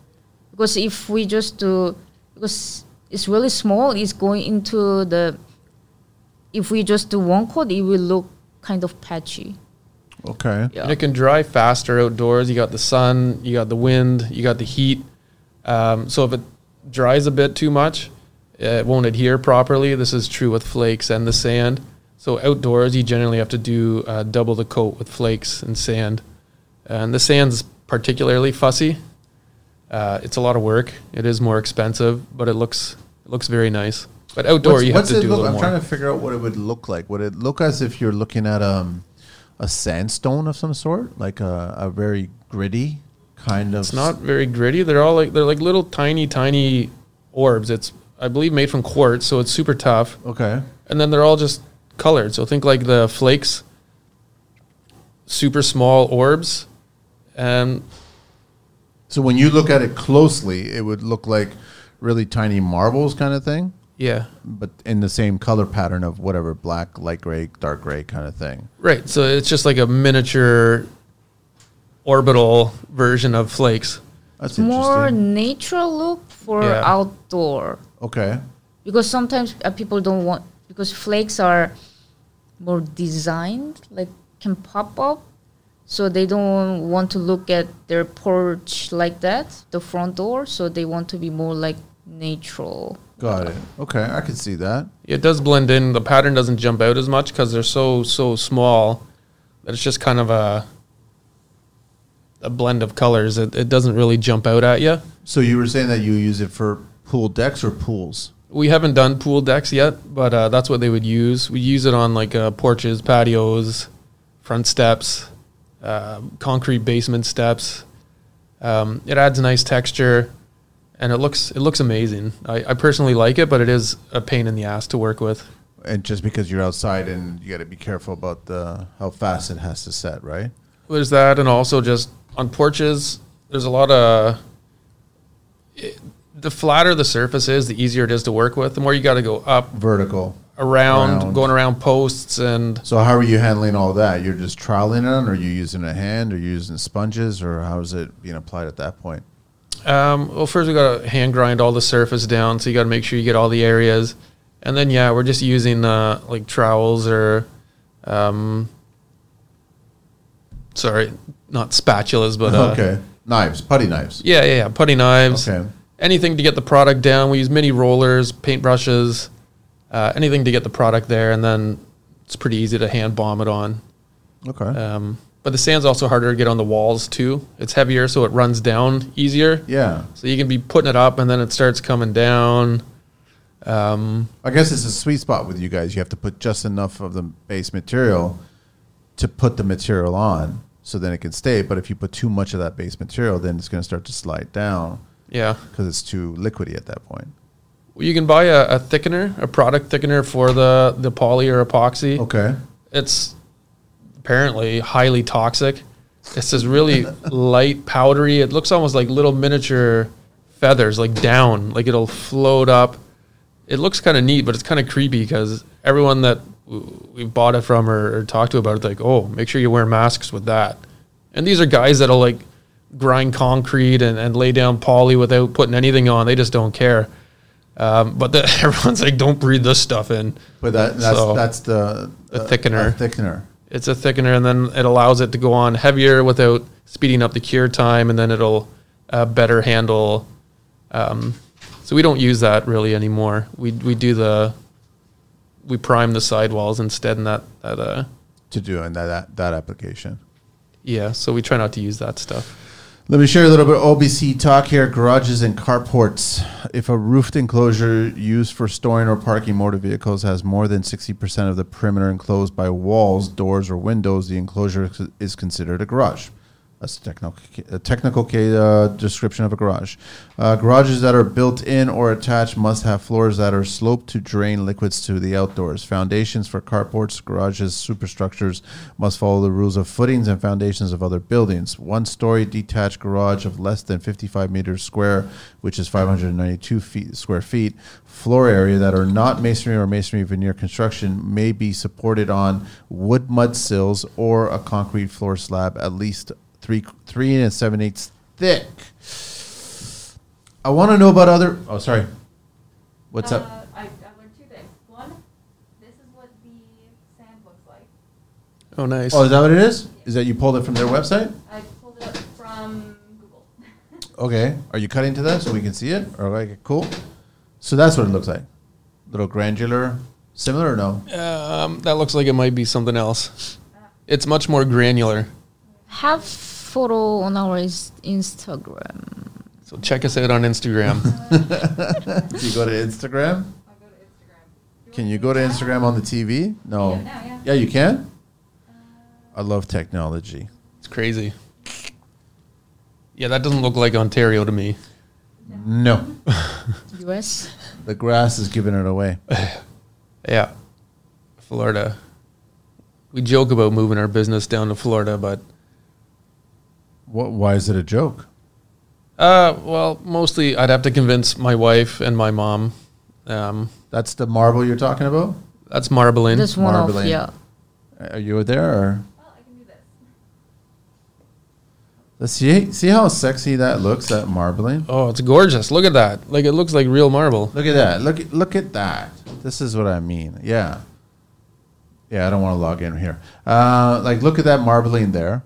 A: Because if we just do, because it's really small, it's going into the. If we just do one coat, it will look kind of patchy.
B: Okay.
A: Yeah.
C: and it can dry faster outdoors. You got the sun, you got the wind, you got the heat. Um, so if it dries a bit too much, it won't adhere properly. This is true with flakes and the sand. So outdoors, you generally have to do uh, double the coat with flakes and sand, and the sand's particularly fussy. Uh, it's a lot of work. It is more expensive, but it looks it looks very nice. But outdoor,
B: What's-
C: you have
B: what's
C: to
B: it
C: do a
B: look?
C: little
B: I'm
C: more.
B: trying to figure out what it would look like. Would it look as if you're looking at um, a sandstone of some sort, like a, a very gritty kind of?
C: It's not very gritty. They're all like they're like little tiny tiny orbs. It's I believe made from quartz, so it's super tough.
B: okay.
C: And then they're all just colored. So think like the flakes, super small orbs, and
B: So when you look at it closely, it would look like really tiny marbles kind of thing,
C: yeah,
B: but in the same color pattern of whatever black, light gray, dark gray kind of thing.
C: right. So it's just like a miniature orbital version of flakes.
B: That's
A: More
B: interesting.
A: natural look for
C: Yeah.
A: outdoor.
B: Okay.
A: because sometimes uh, people don't want because flakes are more designed like can pop up so they don't want to look at their porch like that the front door so they want to be more like natural
B: Got it. Okay, I could see that.
C: It does blend in. The pattern doesn't jump out as much because they're so so small that it's just kind of a a blend of colors. It, it doesn't really jump out at you.
B: So you were saying that you use it for pool decks or pools?
C: We haven't done pool decks yet, but uh, that's what they would use. We use it on like uh, porches, patios, front steps, uh, concrete basement steps. Um, it adds nice texture, and it looks it looks amazing. I, I personally like it, but it is a pain in the ass to work with.
B: And just because you're outside and you got to be careful about the how fast it has to set, right?
C: There's that, and also just on porches, there's a lot of. it- the flatter the surface is, the easier it is to work with. The more you got to go up,
B: Vertical.
C: around,
B: Around.
C: going around posts, and
B: So how are you handling all that? You're just trialing it, or you using a hand, or you using sponges, or how is it being applied at that point?
C: um, well, first we got to hand grind all the surface down, so you got to make sure you get all the areas, and then yeah, we're just using uh, like trowels or, um, sorry, not spatulas, but uh,
B: okay, knives, putty knives.
C: yeah, yeah, yeah, putty knives.
B: Okay,
C: anything to get the product down. We use mini rollers, paintbrushes, uh, anything to get the product there, and then it's pretty easy to hand bomb it on.
B: okay,
C: Um, but the sand's also harder to get on the walls too. It's heavier, so it runs down easier.
B: yeah.
C: So you can be putting it up, and then it starts coming down. Um,
B: I guess it's a sweet spot with you guys. You have to put just enough of the base material to put the material on, so then it can stay. But if you put too much of that base material, then it's going to start to slide down
C: yeah,
B: because it's too liquidy at that point.
C: you can buy a, a thickener, a product thickener for the the poly or epoxy.
B: Okay,
C: it's apparently highly toxic. It's this
B: [LAUGHS]
C: really light, powdery. It looks almost like little miniature feathers, like down, like it'll float up. It looks kind of neat, but it's kind of creepy because everyone that w- we've bought it from or, or talked to about it, like, oh, make sure you wear masks with that. And these are guys that'll like grind concrete and, and lay down poly without putting anything on. They just don't care. Um, but the, [LAUGHS] everyone's like, don't breathe this stuff in.
B: but that, that's
C: So-
B: that's the
C: The
B: uh,
C: thickener.
B: a thickener.
C: it's a thickener and then it allows it to go on heavier without speeding up the cure time and then it'll uh, better handle um, so we don't use that really anymore we, we do the we prime the sidewalls instead and that, that uh,
B: to do in that, that that application.
C: yeah so we try not to use that stuff
B: Let me share a little bit of OBC talk here. Garages and carports. If a roofed enclosure used for storing or parking motor vehicles has more than 60% of the perimeter enclosed by walls, doors, or windows, the enclosure is considered a garage. That's a technical, a technical ca- uh, description of a garage. Uh, garages that are built in or attached must have floors that are sloped to drain liquids to the outdoors. Foundations for carports, garages, superstructures must follow the rules of footings and foundations of other buildings. One story detached garage of less than 55 meters square, which is 592 feet square feet, floor area that are not masonry or masonry veneer construction may be supported on wood mud sills or a concrete floor slab at least three three and seven eighths thick. I want to know about other. Oh, sorry. What's
D: uh,
B: up?
D: I, I learned two things. One, this is what the sand looks like.
C: Oh, nice.
B: Oh, is that what it is? Is that you pulled it from their website?
D: I pulled it up from Google. [LAUGHS]
B: Okay. Are you cutting to that so we can see it? Or like cool. So that's what it looks like. Little granular, similar or no? [LAUGHS]
C: um, that looks like it might be something else. It's much more granular.
A: Have photo on our is- Instagram.
C: So check us out on
B: [LAUGHS]
C: Instagram.
B: Do you go to Instagram?
D: I'll go to Instagram.
B: Can you go to Instagram on the TV? No.
D: Yeah, now, yeah.
B: Yeah, you can. I love technology.
C: it's crazy. Yeah, that doesn't look like Ontario to me.
B: No,
A: US.
B: the grass is giving it away.
C: Yeah. Florida. We joke about moving our business down to Florida, but
B: What, why is it a joke?
C: uh, well, mostly I'd have to convince my wife and my mom. Um,
B: That's the marble you're talking about?
C: that's marbling.
A: This one off,
B: Marbling.
A: yeah.
B: Are you there? Or?
D: Well, I can do this.
B: Let's see, see how sexy that looks, that marbling?
C: Oh, it's gorgeous. Look at that. Like it looks like real marble.
B: Look at that. Look, at- look at that. This is what I mean. Yeah. Yeah, I don't want to log in here. Uh, like, look at that marbling there.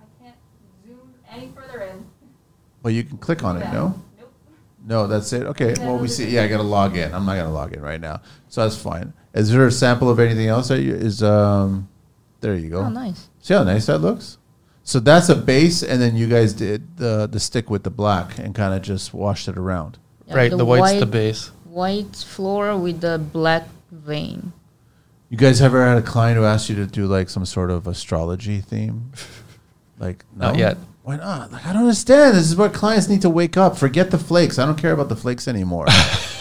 D: I can't zoom any further in.
B: Well, you can click on it,
D: Yeah.
B: no?
D: Nope.
B: No, that's it. Okay.
D: Yeah,
B: Well, we
D: those are
B: see. Yeah, I gotta log in. I'm not gonna log in right now, so that's fine. Is there a sample of anything else that you is um? There you go.
A: Oh, nice.
B: See how nice that looks. So that's a base, and then you guys did the the stick with the black and kind of just washed it around.
A: Yeah,
C: right, the, white's the base.
A: white floor with the black vein.
B: You guys ever had a client who asked you to do like some sort of astrology theme? Like no?
C: Not yet.
B: Why not? Like I don't understand. This is what clients need to wake up. Forget the flakes. I don't care about the flakes
C: [LAUGHS]
B: anymore.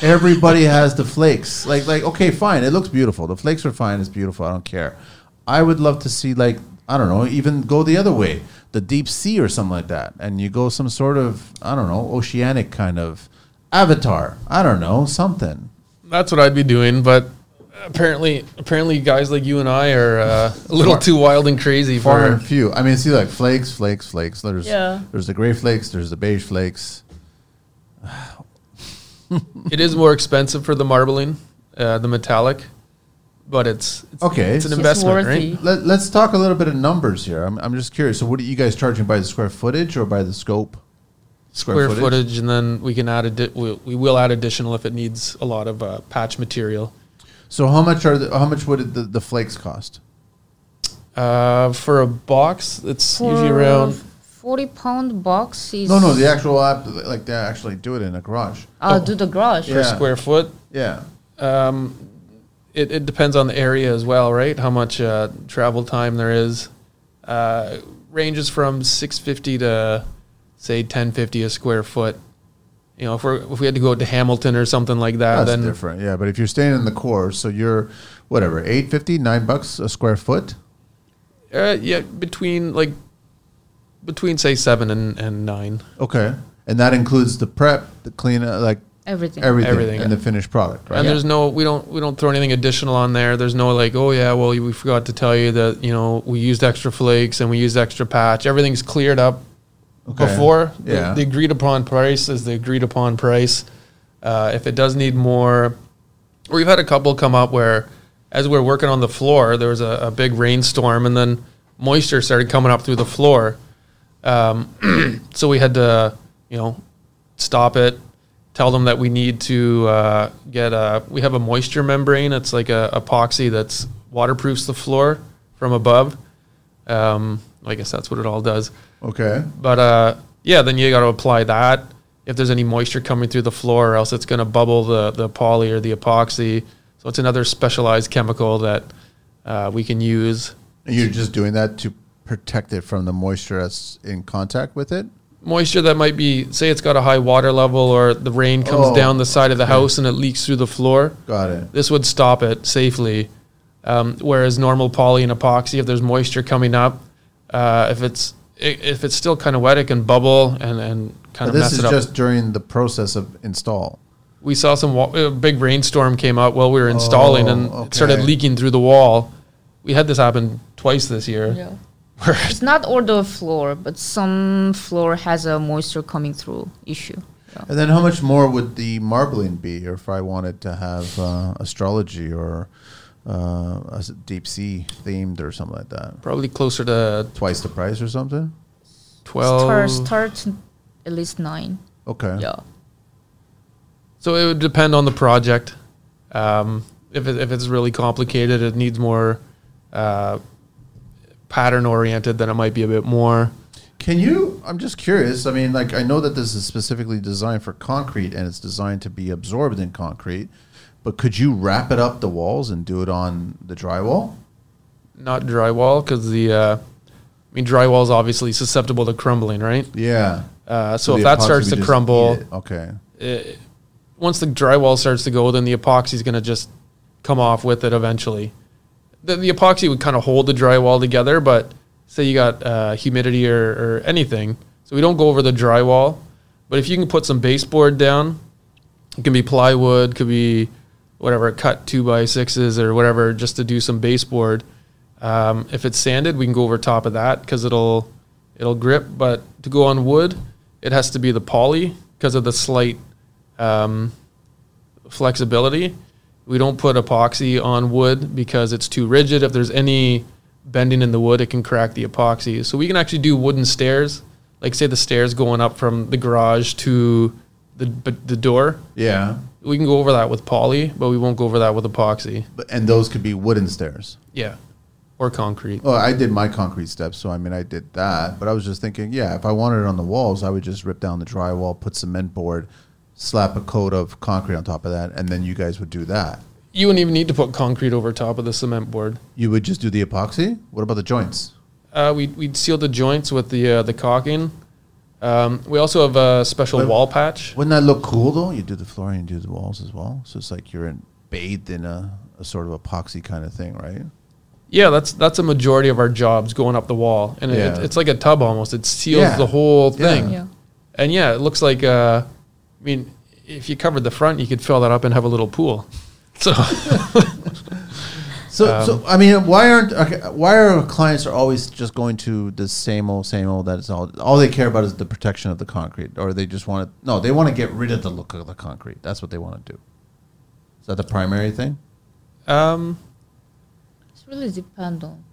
B: Everybody has the flakes. Like like okay, fine. It looks beautiful. The flakes are fine. It's beautiful. I don't care. I would love to see like I don't know, even go the other way, the deep sea or something like that, and you go some sort of I don't know, oceanic kind of avatar. I don't know, something.
C: That's what I'd be doing, but apparently apparently guys like you and I are uh, a little
B: Far-
C: too wild and crazy
B: far
C: for
B: and few. I mean, see, like flakes, flakes, flakes. There's
A: Yeah.
B: there's the gray flakes, there's the beige flakes.
C: it is more expensive for the marbling, uh, the metallic, but it's, it's
B: Okay.
C: it's an
B: so
C: investment,
A: worthy.
C: right?
B: let, let's talk a little bit of numbers here. I'm, I'm just curious. So, what are you guys charging by the square footage or by the scope?
C: Square footage. and then we can add a we, we will add additional if it needs a lot of uh, patch material.
B: So, how much are the, how much would the, the flakes cost?
C: Uh, for a box, it's usually
A: For
C: around
A: forty pound box is
B: No, no, the actual app, like they actually do it in a garage.
A: I'll do the garage.
B: Yeah.
C: square foot.
B: Yeah.
C: Um, it, it depends on the area as well, right? How much uh, travel time there is. Uh, ranges from 650 to say 1050 a square foot. You know, if, we're, if we had to go out to Hamilton or something like that,
B: That's
C: then
B: different. Yeah. But if you're staying in the core, so you're whatever, 850, nine bucks a square foot.
C: Uh, yeah, between like between say seven and, and nine.
B: Okay. And that includes the prep, the cleanup, like
A: Everything.
B: everything,
C: Everything.
B: and the finished product, right?
C: And there's no we don't we don't throw anything additional on there. There's no like oh yeah well we forgot to tell you that you know we used extra flakes and we used extra patch. Everything's cleared up
B: Okay.
C: before The-
B: Yeah.
C: the, agreed upon price is the agreed upon price. Uh, if it does need more, or we've had a couple come up where as we we're working on the floor there was a, a big rainstorm and then moisture started coming up through the floor. Um, [CLEARS THROAT] so we had to you know stop it tell them that we need to uh, get a we have a moisture membrane it's like a epoxy that's waterproofs the floor from above um, i guess that's what it all does
B: Okay.
C: but uh, yeah then you got to apply that if there's any moisture coming through the floor or else it's going to bubble the, the poly or the epoxy so it's another specialized chemical that uh, we can use
B: And You're just doing that to protect it from the moisture that's in contact with it?
C: Moisture that might be, say, it's got a high water level, or the rain comes
B: Oh,
C: down the side of the house and it leaks through the floor.
B: Got it.
C: This would stop it safely. Um, whereas normal poly and epoxy, if there's moisture coming up, uh, if it's i- if it's still kind of wet, it can bubble and and
B: But
C: kind of
B: this
C: mess
B: is
C: it up.
B: just during the process of install.
C: we saw some wa- a big rainstorm came out while we were installing and
B: Oh,
C: it started
B: okay.
C: leaking through the wall. We had this happen twice this year.
A: Yeah. [LAUGHS] it's not all the floor, but some floor has a moisture coming through issue. Yeah.
B: And then how much more would the marbling be, or if I wanted to have uh, astrology or uh, a s- deep sea themed or something like that?
C: Probably closer to
B: Twice the price or something?
A: Start,
C: 12.
A: start at least nine.
B: Okay.
A: Yeah.
C: So it would depend on the project. Um, if, it, if it's really complicated, it needs more uh, pattern oriented, then it might be a bit more.
B: Can you? I'm just curious. I mean, like, I know that this is specifically designed for concrete and it's designed to be absorbed in concrete, but could you wrap it up the walls and do it on the drywall?
C: Not drywall, because the, uh, I mean, drywall is obviously susceptible to crumbling, right?
B: Yeah.
C: Uh, so,
B: the
C: if that
B: epoxy
C: starts
B: would
C: to
B: just
C: crumble,
B: eat it. Okay.
C: it, Uh, once the drywall starts to go, then the epoxy is going to just come off with it eventually. The, the epoxy would kind of hold the drywall together, but say you got uh, humidity or, or anything, so we don't go over the drywall. But if you can put some baseboard down, it can be plywood, could be whatever, cut two by sixes or whatever, just to do some baseboard. Um, if it's sanded, we can go over top of that because it'll it'll grip. But to go on wood, it has to be the poly because of the slight um, flexibility. We don't put epoxy on wood because it's too rigid. If there's any bending in the wood, it can crack the epoxy. So we can actually do wooden stairs, like say the stairs going up from the garage to the but the door.
B: Yeah.
C: We can go over that with poly, but we won't go over that with epoxy.
B: But, and those could be wooden stairs.
C: Yeah, or concrete.
B: Well, I did my concrete steps, so I mean, I did that. But I was just thinking, yeah, if I wanted it on the walls, I would just rip down the drywall, put cement board, slap a coat of concrete on top of that, and then you guys would do that.
C: You wouldn't even need to put concrete over top of the cement board.
B: You would just do the epoxy. What about the joints?
C: Uh, we we'd seal the joints with the uh, the caulking. Um, we also have a special
B: But-
C: wall patch.
B: Wouldn't that look cool though? You do the flooring, you do the walls as well. So it's like you're in, bathed in a, a sort of epoxy kind of thing, right?
C: Yeah, that's that's a majority of our jobs going up the wall, and
B: Yeah.
C: it, it's like a tub almost. It seals
B: Yeah.
C: the whole
B: Yeah.
C: thing,
A: Yeah.
C: and [CLEARS THROAT] yeah, it looks like. Uh, I mean, if you covered the front, you could fill that up and have a little pool. [LAUGHS] So
B: So, so I mean, why aren't okay, why are our clients are always just going to the same old, same old? That's all. All they care about is the protection of the concrete, or they just want to. No, they want to get rid of the look of the concrete. That's what they want to do. Is that the primary thing?
C: um,
A: It's really depend on.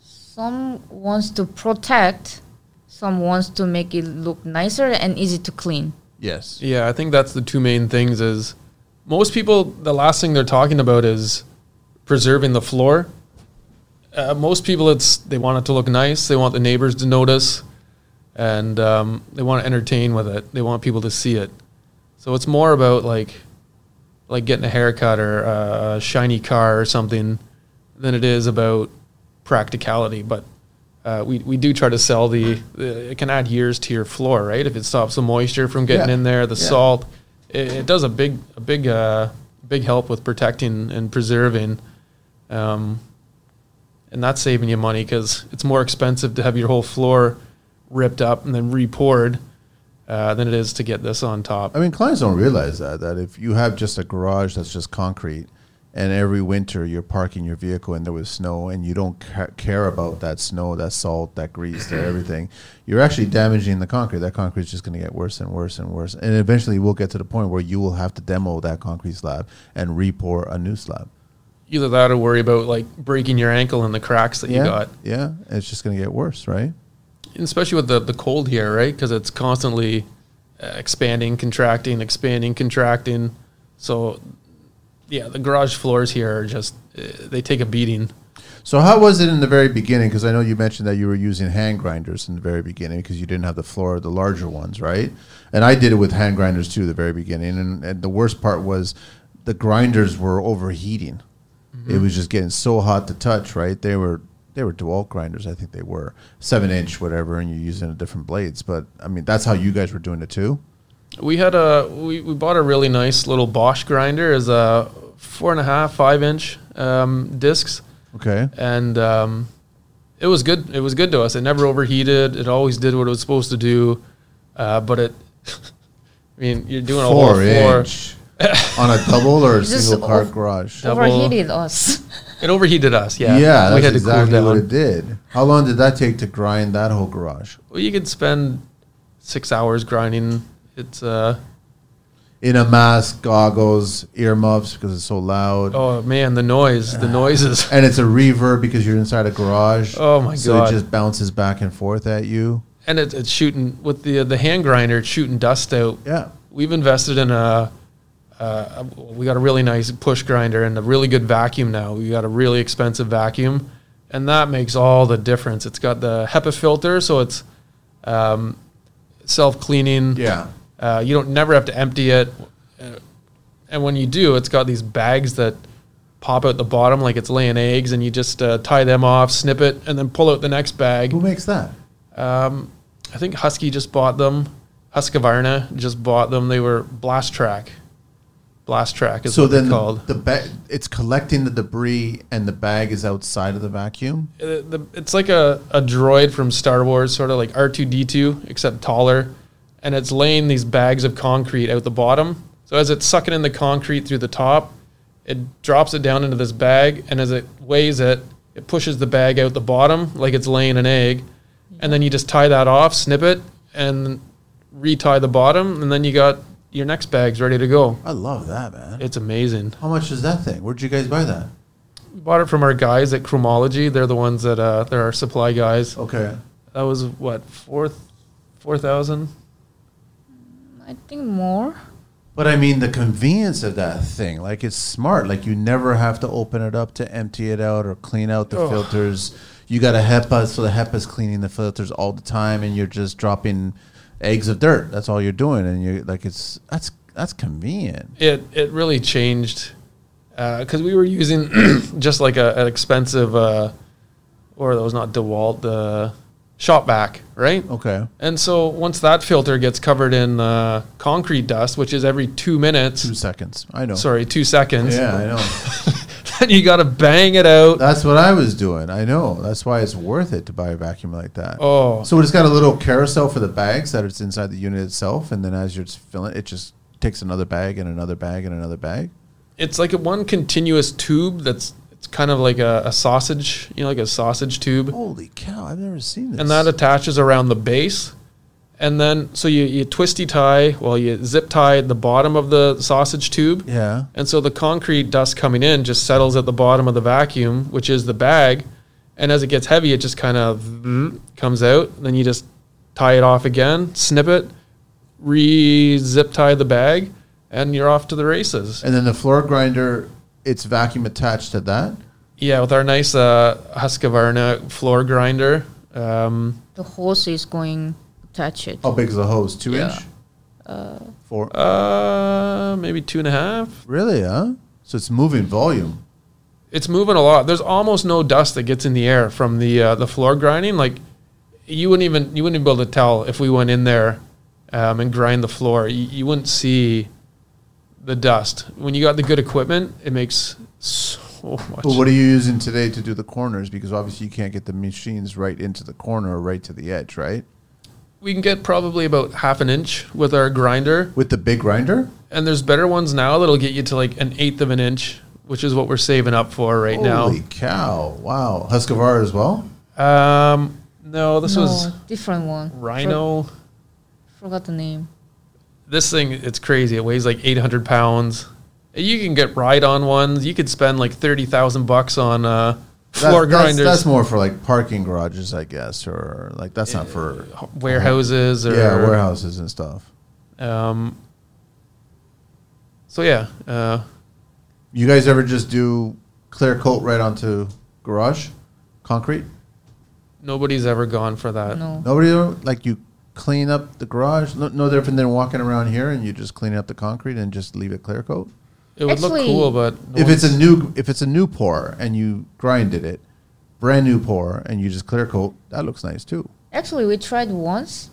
A: Some wants to protect, some wants to make it look nicer and easy to clean.
B: Yes.
C: Yeah, I think that's the two main things is most people the last thing they're talking about is preserving the floor. Uh, most people it's they want it to look nice, they want the neighbors to notice and um, they want to entertain with it. They want people to see it. So it's more about like like getting a haircut or a shiny car or something than it is about practicality, but uh, we, we do try to sell the, the it can add years to your floor right if it stops the moisture from getting
B: Yeah.
C: in there the
B: Yeah.
C: salt it, it does a big a big uh, big help with protecting and preserving um, and that's saving you money because it's more expensive to have your whole floor ripped up and then re-poured uh, than it is to get this on top
B: I mean, clients don't realize that that if you have just a garage that's just concrete, and every winter you're parking your vehicle and there was snow, and you don't ca- care about that snow, that salt, that grease, that everything, you're actually damaging the concrete. That concrete's just going to get worse and worse and worse, and eventually we'll get to the point where you will have to demo that concrete slab and re-pour a new slab.
C: either that or worry about like breaking your ankle in the cracks that you got
B: yeah, and it's just going to get worse, right?
C: And especially with the, the cold here, right? Because it's constantly uh, expanding, contracting, expanding, contracting. So, yeah, the garage floors here are just, uh, they take a beating.
B: So how was it in the very beginning? Because I know you mentioned that you were using hand grinders in the very beginning because you didn't have the floor, the larger ones, right? And I did it with hand grinders too, the very beginning. And, and the worst part was
C: Mm-hmm.
B: the grinders were overheating. It was just getting so hot to touch, right? They were they were dual grinders. I think they were seven inch, whatever, and you're using a different blades. But I mean, that's how you guys were doing it too.
C: We had a we, we bought a really nice little Bosch grinder as a four and a half five inch um, discs,
B: Okay.
C: and um, it was good. It was good to us. It never overheated. It always did what it was supposed to do, uh, but it. [LAUGHS] I mean, you're doing a whole floor.
B: inch on a double or a
A: Just
B: single car
A: off-
B: garage.
C: Double-
A: Overheated us. [LAUGHS]
C: It overheated us. Yeah,
B: Yeah, that's
C: we had to
B: exactly
C: cool
B: what
C: down.
B: it did. How long did that take to grind that whole garage
C: Well, you could spend six hours grinding. It's uh
B: in a mask, goggles, earmuffs because it's so loud,
C: oh man, the noise,
B: [SIGHS]
C: the noises.
B: and it's a reverb because you're inside a garage.
C: Oh my
B: so
C: God.
B: it just bounces back and forth at you.
C: and it, it's shooting with the the hand grinder it's shooting dust out.
B: Yeah.
C: We've invested in a, uh, a- we got a really nice push grinder and a really good vacuum now. We got a really expensive vacuum, and that makes all the difference. It's got the HEPA filter, so it's um, self cleaning.
B: Yeah.
C: Uh, you don't never have to empty it, Uh, and when you do, it's got these bags that pop out the bottom like it's laying eggs, and you just uh, tie them off, snip it, and then pull out the next bag.
B: Who makes that?
C: Um, I think Husky just bought them. Husqvarna just bought them. They were Blast Track. Blast Track is
B: so
C: what
B: then
C: they're
B: the,
C: called.
B: the ba- it's collecting the debris and the bag is outside of the vacuum.
C: Uh, the- it's like a, a droid from Star Wars, sort of like R2D2, except taller. And it's laying these bags of concrete out the bottom. So as it's sucking in the concrete through the top, it drops it down into this bag. And as it weighs it, it pushes the bag out the bottom like it's laying an egg. And then you just tie that off, snip it, and retie the bottom. And then you got your next bags ready to go.
B: I love that, man.
C: It's amazing.
B: How much is that thing? Where'd you guys buy that?
C: We bought it from our guys at Chromology. They're the ones that, uh, they're our supply guys.
B: Okay.
C: That was what four, four thousand.
A: I think more.
B: But I mean, the convenience of that thing, like it's smart. Like you never have to open it up to empty it out or clean out the
C: Ugh.
B: filters. You got a HEPA, so the HEPA's cleaning the filters all the time, and you're just dropping eggs of dirt. That's all you're doing, and you are like it's that's that's convenient.
C: It it really changed because we were using [CLEARS THROAT] just like a, an expensive uh, or that was not Dewalt the Shopback right.
B: Okay,
C: And so once that filter gets covered in uh, concrete dust, which is every two minutes,
B: two seconds. I know.
C: sorry, two seconds,
B: Yeah, I know.
C: [LAUGHS] then you got to bang it out.
B: That's what I was doing. I know. That's why it's worth it to buy a vacuum like that.
C: Oh.
B: So it's got a little carousel for the bags that it's inside the unit itself, and then as you're just filling, it just takes another bag and another bag and another bag.
C: it's like a one continuous tube that's it's kind of like a, a sausage, you know, like a sausage tube.
B: Holy cow! I've never seen this.
C: and that attaches around the base. And then, so you, you twisty tie, well, you zip tie the bottom of the sausage tube.
B: yeah.
C: And so the concrete dust coming in just settles at the bottom of the vacuum, which is the bag. And as it gets heavy, it just kind of comes out. Then you just tie it off again, snip it, re zip tie the bag, and you're off to the races.
B: And then the floor grinder, it's vacuum attached to that.
C: Yeah, with our nice uh, Husqvarna floor grinder. Um,
A: The hose is going attach it.
B: How big is the hose? Two
A: Yeah.
B: inch. Four.
C: uh, maybe two and a half.
B: Really? Huh? So it's moving volume.
C: it's moving a lot. There's almost no dust that gets in the air from the uh, the floor grinding. Like you wouldn't even you wouldn't even be able to tell if we went in there um, and grind the floor. You, you wouldn't see the dust. When you got the good equipment, it makes so much.
B: But what are you using today to do the corners? Because obviously you can't get the machines right into the corner or right to the edge, right?
C: We can get probably about half an inch with our grinder,
B: With the big grinder.
C: and there's better ones now that'll get you to like an eighth of an inch, which is what we're saving up for right
B: Holy cow! Wow, Husqvarna as well.
C: now. Um, no, this was
A: different one. For-
C: Rhino.
A: forgot the name.
C: this thing it's crazy it weighs like 800 pounds you can get ride on ones you could spend like 30000 bucks on uh,
B: That-
C: floor
B: that's,
C: grinders
B: That's more for like parking garages, I guess, or like that's not for
C: warehouses or
B: yeah warehouses and stuff.
C: um, so yeah uh,
B: You guys ever just do clear coat right onto garage concrete?
C: nobody's ever gone for that
A: No.
B: Nobody ever, like you clean up the garage. No, no different than walking around here and you just clean up the concrete and just leave it clear coat.
C: it would look
A: Actually-
C: cool but no
B: if it's a
C: one's-
B: new if it's a new pour and you grinded it, brand new pour and you just clear coat, that looks nice too.
A: Actually, we tried once,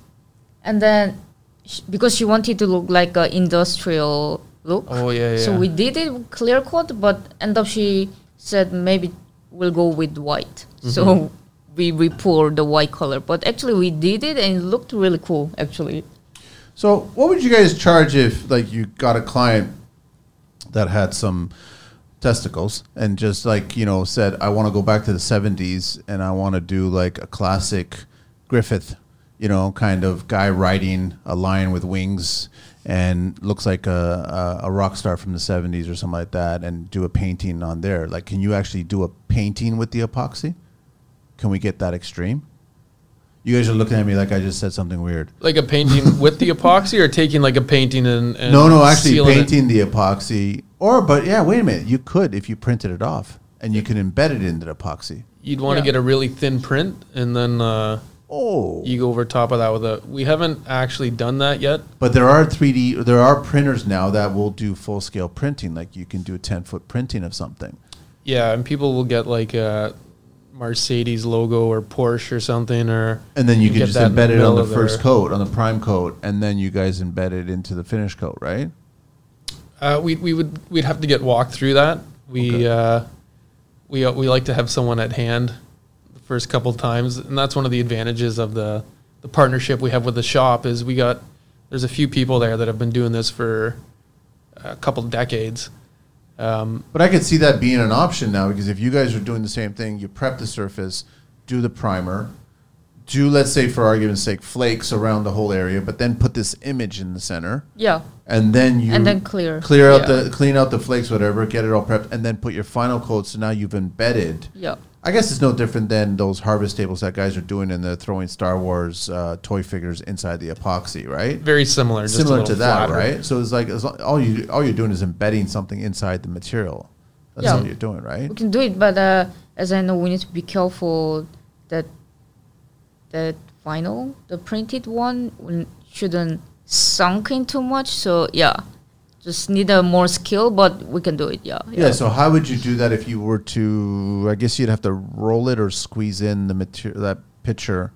A: and then sh because she wanted to look like an industrial look,
C: Oh, yeah, yeah.
A: so we did it with clear coat. But end up, she said maybe we'll go with white.
C: Mm-hmm.
A: So we we poured the white color. But actually, we did it, and it looked really cool. Actually,
B: So, what would you guys charge if, like, you got a client that had some testicles and just like you know said, "I want to go back to the '70s and I want to do like a classic Griffith, you know, kind of guy riding a lion with wings and looks like a, a, a rock star from the '70s or something like that," and do a painting on there? Like, can you actually do a painting with the epoxy? Can we get that extreme? You guys are looking at me like I just said something weird.
C: Like a painting
B: [LAUGHS]
C: with the epoxy, or taking like a painting and, and
B: No, no, actually
C: sealing it?
B: painting the epoxy. Or, but yeah, wait a minute. You could if you printed it off and you can embed it into the epoxy.
C: You'd want to
A: Yeah.
C: get a really thin print, and then uh,
B: Oh.
C: you go over top of that with a. We haven't actually done that yet.
B: But there are 3D, there are printers now that will do full scale printing. Like you can do a 10 foot printing of something.
C: Yeah, and people will get like a Mercedes logo or Porsche or something, or
B: And then you, can
C: get
B: just
C: that in
B: embed it on
C: middle
B: the
C: of
B: first
C: their-
B: coat, on the prime coat, and then you guys embed it into the finish coat, right?
C: Uh, we we would we'd have to get walked through that. We
B: Okay.
C: uh, we uh, we like to have someone at hand the first couple times, and that's one of the advantages of the the partnership we have with the shop is we got there's a few people there that have been doing this for a couple decades. Um,
B: But I could see that being an option now because if you guys are doing the same thing, you prep the surface, do the primer, do let's say for argument's sake flakes around the whole area, but then put this image in the center,
A: yeah,
B: and then you
A: And then clear.
B: clear out
A: Yeah.
B: the clean out the flakes, whatever, get it all prepped, and then put your final coat. So now you've embedded.
A: yeah.
B: I guess it's no different than those harvest tables that guys are doing, and they're throwing Star Wars uh, toy figures inside the epoxy, right?
C: very similar, just a
B: similar to
C: little
B: that,
C: flatter.
B: right? So it's like as lo- all you all you're doing is embedding something inside the material. That's
A: Yeah.
B: all you're doing, right?
A: We can do it, but uh, as I know, we need to be careful that that vinyl, the printed one, we shouldn't sunk in too much. So yeah, just need a more skill, but we can do it. Yeah,
B: Yeah. So how would you do that if you were to? I guess you'd have to roll it or squeeze in the material that picture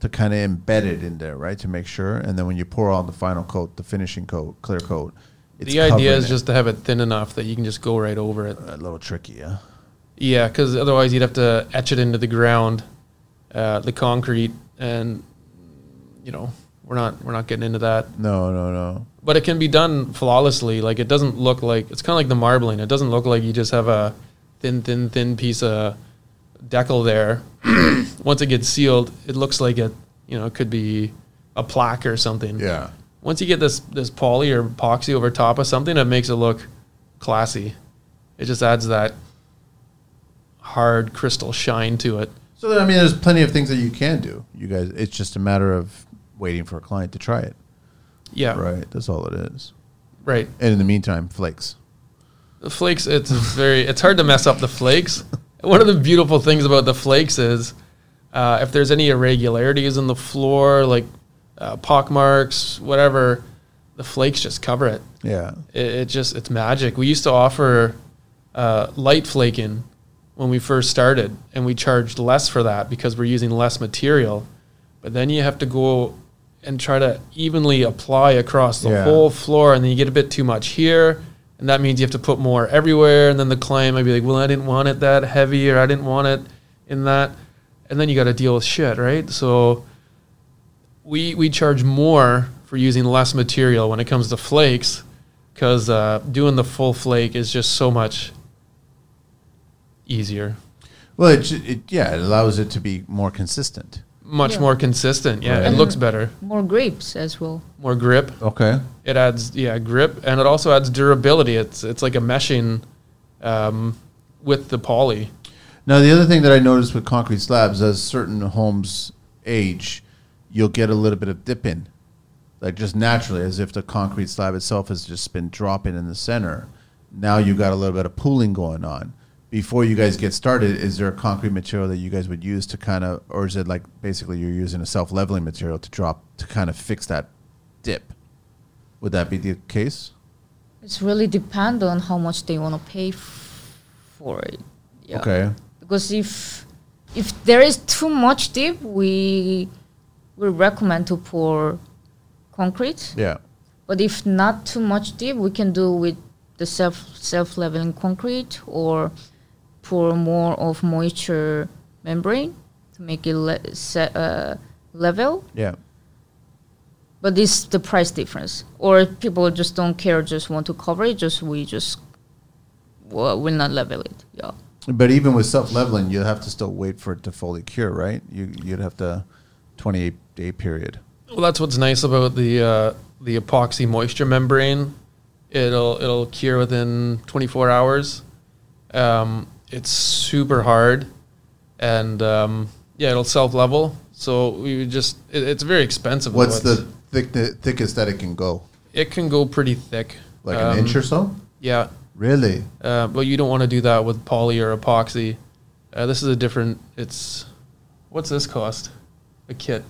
B: to kind of embed it in there, right? To make sure, and then when you pour on the final coat, the finishing coat, clear coat,
C: the idea
B: covering
C: is
B: it.
C: just to have it thin enough that you can just go right over it.
B: a little tricky, yeah.
C: Yeah, because otherwise you'd have to etch it into the ground, uh, the concrete, and you know we're not we're not getting into that.
B: No, no, no.
C: But it can be done flawlessly. Like it doesn't look like it's kind of like the marbling. It doesn't look like you just have a thin, thin, thin piece of decal there. [CLEARS THROAT] Once it gets sealed, it looks like it you know it could be a plaque or something.
B: Yeah.
C: Once you get this this poly or epoxy over top of something, it makes it look classy. It just adds that hard crystal shine to it.
B: So there, I mean, there's plenty of things that you can do. You guys, it's just a matter of waiting for a client to try it.
C: Yeah, right.
B: Right. That's all it is.
C: right.
B: And in the meantime, flakes.
C: The flakes, it's very, it's hard to mess up the flakes. One of the beautiful things about the flakes is uh, if there's any irregularities in the floor, like uh, pock marks, whatever, the flakes just cover it.
B: Yeah.
C: it. It just, it's magic. We used to offer uh, light flaking when we first started, and we charged less for that because we're using less material. But then you have to go and try to evenly apply across the
B: Yeah.
C: whole floor, and then you get a bit too much here, and that means you have to put more everywhere. And then the client might be like, "Well, I didn't want it that heavy, or I didn't want it in that," and then you got to deal with shit, right? So we we charge more for using less material when it comes to flakes, because uh, doing the full flake is just so much easier,
B: Well, it, ju- it yeah, it allows it to be more consistent.
C: much
A: Yeah.
C: more consistent. Yeah,
B: Right.
C: it looks better,
A: more grapes as well.
C: more grip.
B: Okay.
C: It adds yeah grip, and it also adds durability. It's it's like a meshing um, with the poly.
B: Now, the other thing that I noticed with concrete slabs, as certain homes age, you'll get a little bit of dip in, like just naturally, as if the concrete slab itself has just been dropping in the center. Now you got a little bit of pooling going on. Before you guys get started, is there a concrete material that you guys would use to kind of, or is it like basically you're using a self leveling material to drop to kind of fix that dip? Would that be the case?
A: It's really depend on how much they want to pay f- for it. Yeah.
B: Okay.
A: Because if if there is too much dip, we we recommend to pour concrete.
B: Yeah.
A: But if not too much deep, we can do with the self self leveling concrete or pour more of moisture membrane to make it le- se- uh, level.
B: Yeah.
A: But it's the price difference, or people just don't care, just want to cover it. Just we just well, will not level it. Yeah.
B: But even with self leveling, you'd have to still wait for it to fully cure, right? You you'd have to twenty eight day period.
C: Well, that's what's nice about the uh, the epoxy moisture membrane. It'll it'll cure within 24 hours. Um, it's super hard, and um, yeah, it'll self level. So we would just it, it's very expensive.
B: What's the thick, thickest that it can go?
C: It can go pretty thick,
B: Like
C: Um,
B: an inch or so?
C: Yeah,
B: Really?
C: uh, but you don't want to do that with poly or epoxy. Uh, this is a different. It's what's this cost? A kit.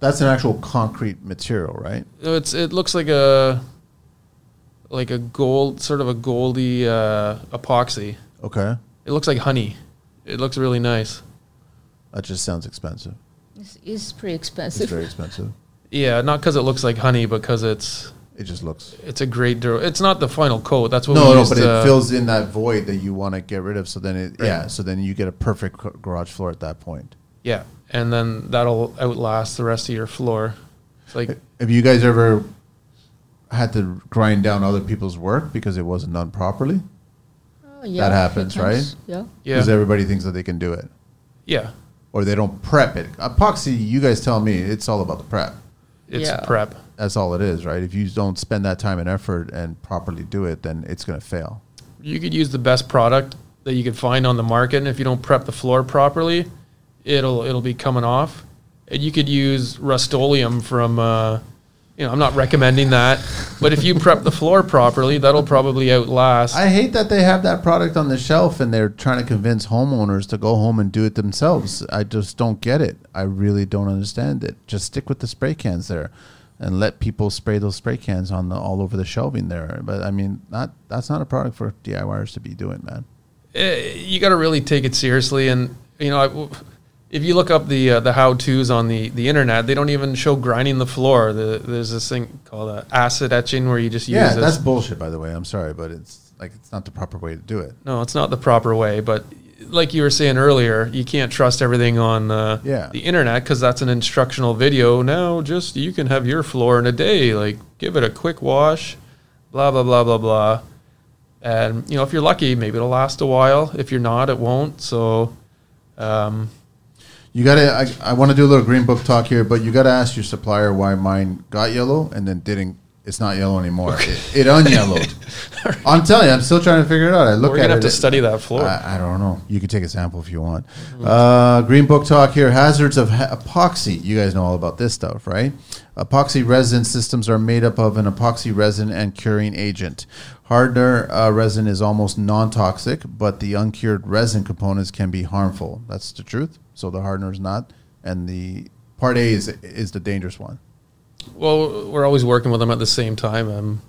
B: That's an actual concrete material, right?
C: No, It's it looks like a like a gold sort of a goldy uh, epoxy.
B: Okay.
C: It looks like honey. It looks really nice.
B: That just sounds expensive.
A: It's, it's pretty
B: It's
A: expensive.
B: very expensive.
C: Yeah, not because it looks like honey, because it's
B: It just looks.
C: it's a great. Dur- it's not the final coat. That's what
B: No,
C: we
B: no,
C: used,
B: but it
C: uh,
B: fills in that void that you want to get rid of. So then it,
C: Right.
B: yeah, so then you get a perfect ca- garage floor at that point.
C: Yeah, and then that'll outlast the rest of your floor. It's like
B: Have you guys ever had to grind down other people's work because it wasn't done properly?
A: Oh, yeah,
B: That happens,
A: it counts.
B: right?
A: Yeah.
B: Because
C: yeah,
B: everybody thinks that they can do it
C: yeah.
B: or they don't prep it. Epoxy, you guys tell me, it's all about the prep.
C: It's
A: Yeah.
C: prep.
B: That's all it is, right? If you don't spend that time and effort and properly do it, then it's going to fail.
C: you could use the best product that you could find on the market and if you don't prep the floor properly it'll it'll be coming off and you could use rust-oleum from uh, you know i'm not recommending that but if you prep the floor properly that'll probably outlast
B: I hate that they have that product on the shelf and they're trying to convince homeowners to go home and do it themselves. I just don't get it. I really don't understand it. Just stick with the spray cans there and let people spray those spray cans on the all over the shelving there. But I mean, not that's not a product for DIYers to be doing, man.
C: Eh, you got to really take it seriously and you know I, if you look up the uh, the how to's on the the internet they don't even show grinding the floor the, there's this thing called uh, acid etching where you just use
B: Yeah,
C: this-
B: that's bullshit by the way. I'm sorry, but it's like it's not the proper way to do it.
C: No, it's not the proper way. But like you were saying earlier, you can't trust everything on uh,
B: Yeah.
C: the internet because that's an instructional video. Now, just you can have your floor in a day. Like, give it a quick wash, blah, blah, blah, blah, blah. And, you know, if you're lucky, maybe it'll last a while. If you're not, it won't. So, um,
B: You gotta. I, I want to do a little green book talk here, but you gotta ask your supplier why mine got yellow and then didn't. It's not yellow anymore. It, it
C: [LAUGHS]
B: unyellowed. I'm telling you, I'm still trying to figure it out. I look
C: we're
B: at
C: going to have
B: it.
C: to study that floor.
B: I, I don't know. You could take a sample if you want. Uh, Green Book Talk here. Hazards of ha- epoxy. You guys know all about this stuff, right? Epoxy resin systems are made up of an epoxy resin and curing agent. Hardener uh, resin is almost non toxic, but the uncured resin components can be harmful. That's the truth. So the hardener is not. And the part A is, is the dangerous one.
C: well, we're always working with them at the same time. Um,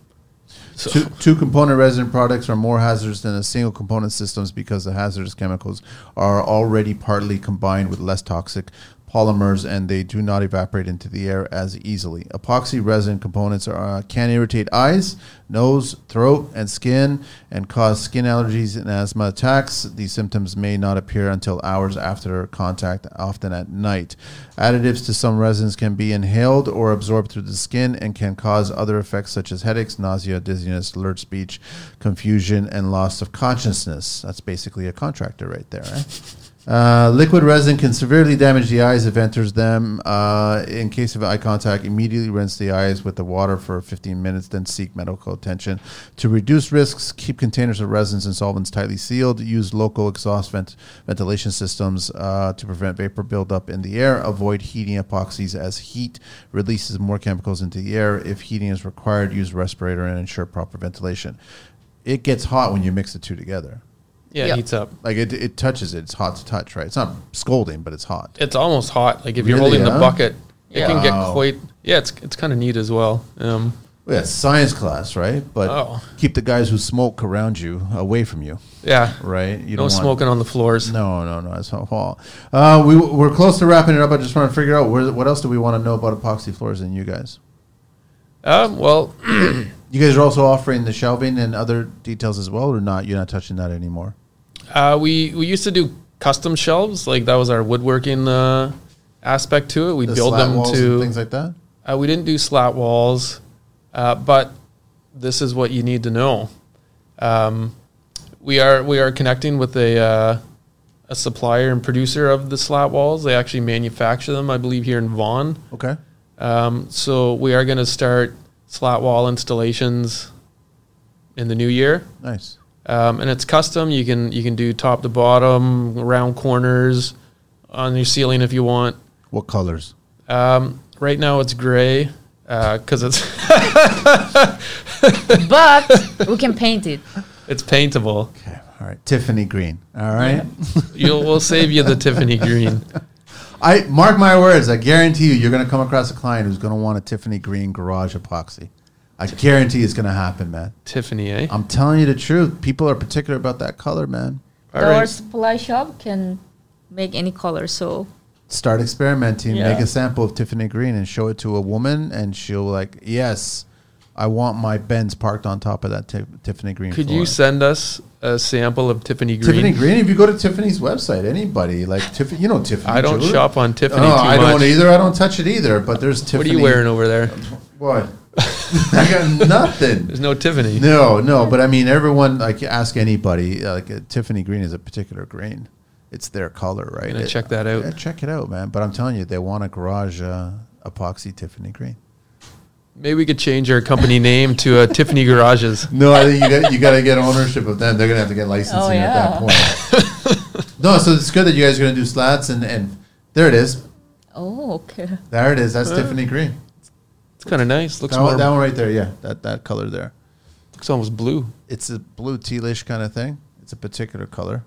C: so,
B: Two, two component resin products are more hazardous than a single component systems because the hazardous chemicals are already partly combined with less toxic polymers and they do not evaporate into the air as easily. Epoxy resin components are, uh, can irritate eyes, nose, throat, and skin and cause skin allergies and asthma attacks. These symptoms may not appear until hours after contact, often at night. Additives to some resins can be inhaled or absorbed through the skin and can cause other effects such as headaches, nausea, dizziness, slurred speech, confusion, and loss of consciousness. That's basically a contractor right there. eh? Uh, liquid resin can severely damage the eyes if enters them. Uh, in case of eye contact, immediately rinse the eyes with the water for 15 minutes, then seek medical attention. To reduce risks, keep containers of resins and solvents tightly sealed. Use local exhaust vent- ventilation systems uh, to prevent vapor buildup in the air. Avoid heating epoxies as heat releases more chemicals into the air. If heating is required, use respirator and ensure proper ventilation. It gets hot when you mix the two together
C: yeah,
A: Yeah.
C: it heats up.
B: like it, it touches it. It's hot to touch, right? It's not scolding, but it's hot.
C: it's almost hot. Like if you're
B: Really,
C: holding
B: huh?
C: the bucket, it can
B: Wow.
C: get quite. Yeah, it's it's kind of neat as well. Um,
B: Yeah, it's science class, right? But
C: Oh.
B: keep the guys who smoke around you away from you,
C: Yeah.
B: right? You
C: No
B: want-
C: smoking on the floors.
B: No, no, no. It's not fault. Uh, we we're close to wrapping it up. I just want to figure out where, what else do we want to know about epoxy floors than you guys.
C: Um, well,
B: You guys are also offering the shelving and other details as well, or not? You're not touching that anymore.
C: uh, we we used to do custom shelves, like that was our woodworking uh, aspect to it. We
B: The
C: build
B: slat
C: them
B: walls and
C: to
B: things like that.
C: Uh, we didn't do slat walls, uh, but this is what you need to know. Um, we are we are connecting with a uh, a supplier and producer of the slat walls. They actually manufacture them, I believe, here in Vaughan.
B: Okay.
C: Um, so we are going to start slat wall installations in the new year,
B: Nice.
C: um, and it's custom. You can you can do top to bottom, round corners, on your ceiling if you want.
B: What colors?
C: Um, right now it's gray because it's. [LAUGHS]
A: but [LAUGHS] we can paint it.
C: It's paintable.
B: Okay. All right. Tiffany green. All right.
C: You'll, we'll save you the Tiffany green.
B: I mark my words. I guarantee you, you're going to come across a client who's going to want a Tiffany green garage epoxy. I guarantee it's going to happen, man.
C: Tiffany, eh?
B: I'm telling you the truth. People are particular about that color, man.
C: All
A: Our
C: right.
A: supply shop can make any color, so
B: Start experimenting. Make
C: Yeah.
B: a sample of Tiffany green and show it to a woman, and she'll like, yes, I want my Benz parked on top of that Ti- Tiffany green.
C: Could
B: floor.
C: you send us a sample of Tiffany green?
B: Tiffany green? If you go to Tiffany's website, anybody like Tiffany, you know Tiffany.
C: I don't
B: jewelry?
C: shop on Tiffany
B: No,
C: too
B: Oh, I
C: much.
B: don't either. I don't touch it either. But there's Tiffany.
C: What are you wearing over there?
B: What? [LAUGHS] I got nothing.
C: [LAUGHS] There's no Tiffany.
B: No, no, but I mean, everyone like you ask anybody uh, like uh, Tiffany green is a particular green. It's their color, right?
C: Gonna
B: It-
C: check that out.
B: Yeah, check it out, man. But I'm telling you, they want a garage uh, epoxy Tiffany green.
C: Maybe we could change our company name to uh, Tiffany Garages.
B: No, I think you got you got to get ownership of them. They're gonna have to get licensing
A: Oh,
B: at that point. no, so it's good that you guys are gonna do slats and and there it is,
A: oh okay.
B: there it is. That's Tiffany green.
C: It's kind of nice. Looks
B: That
C: more,
B: one, that one right there, yeah, that that color there.
C: looks almost blue.
B: it's a blue tealish kind of thing. It's a particular color.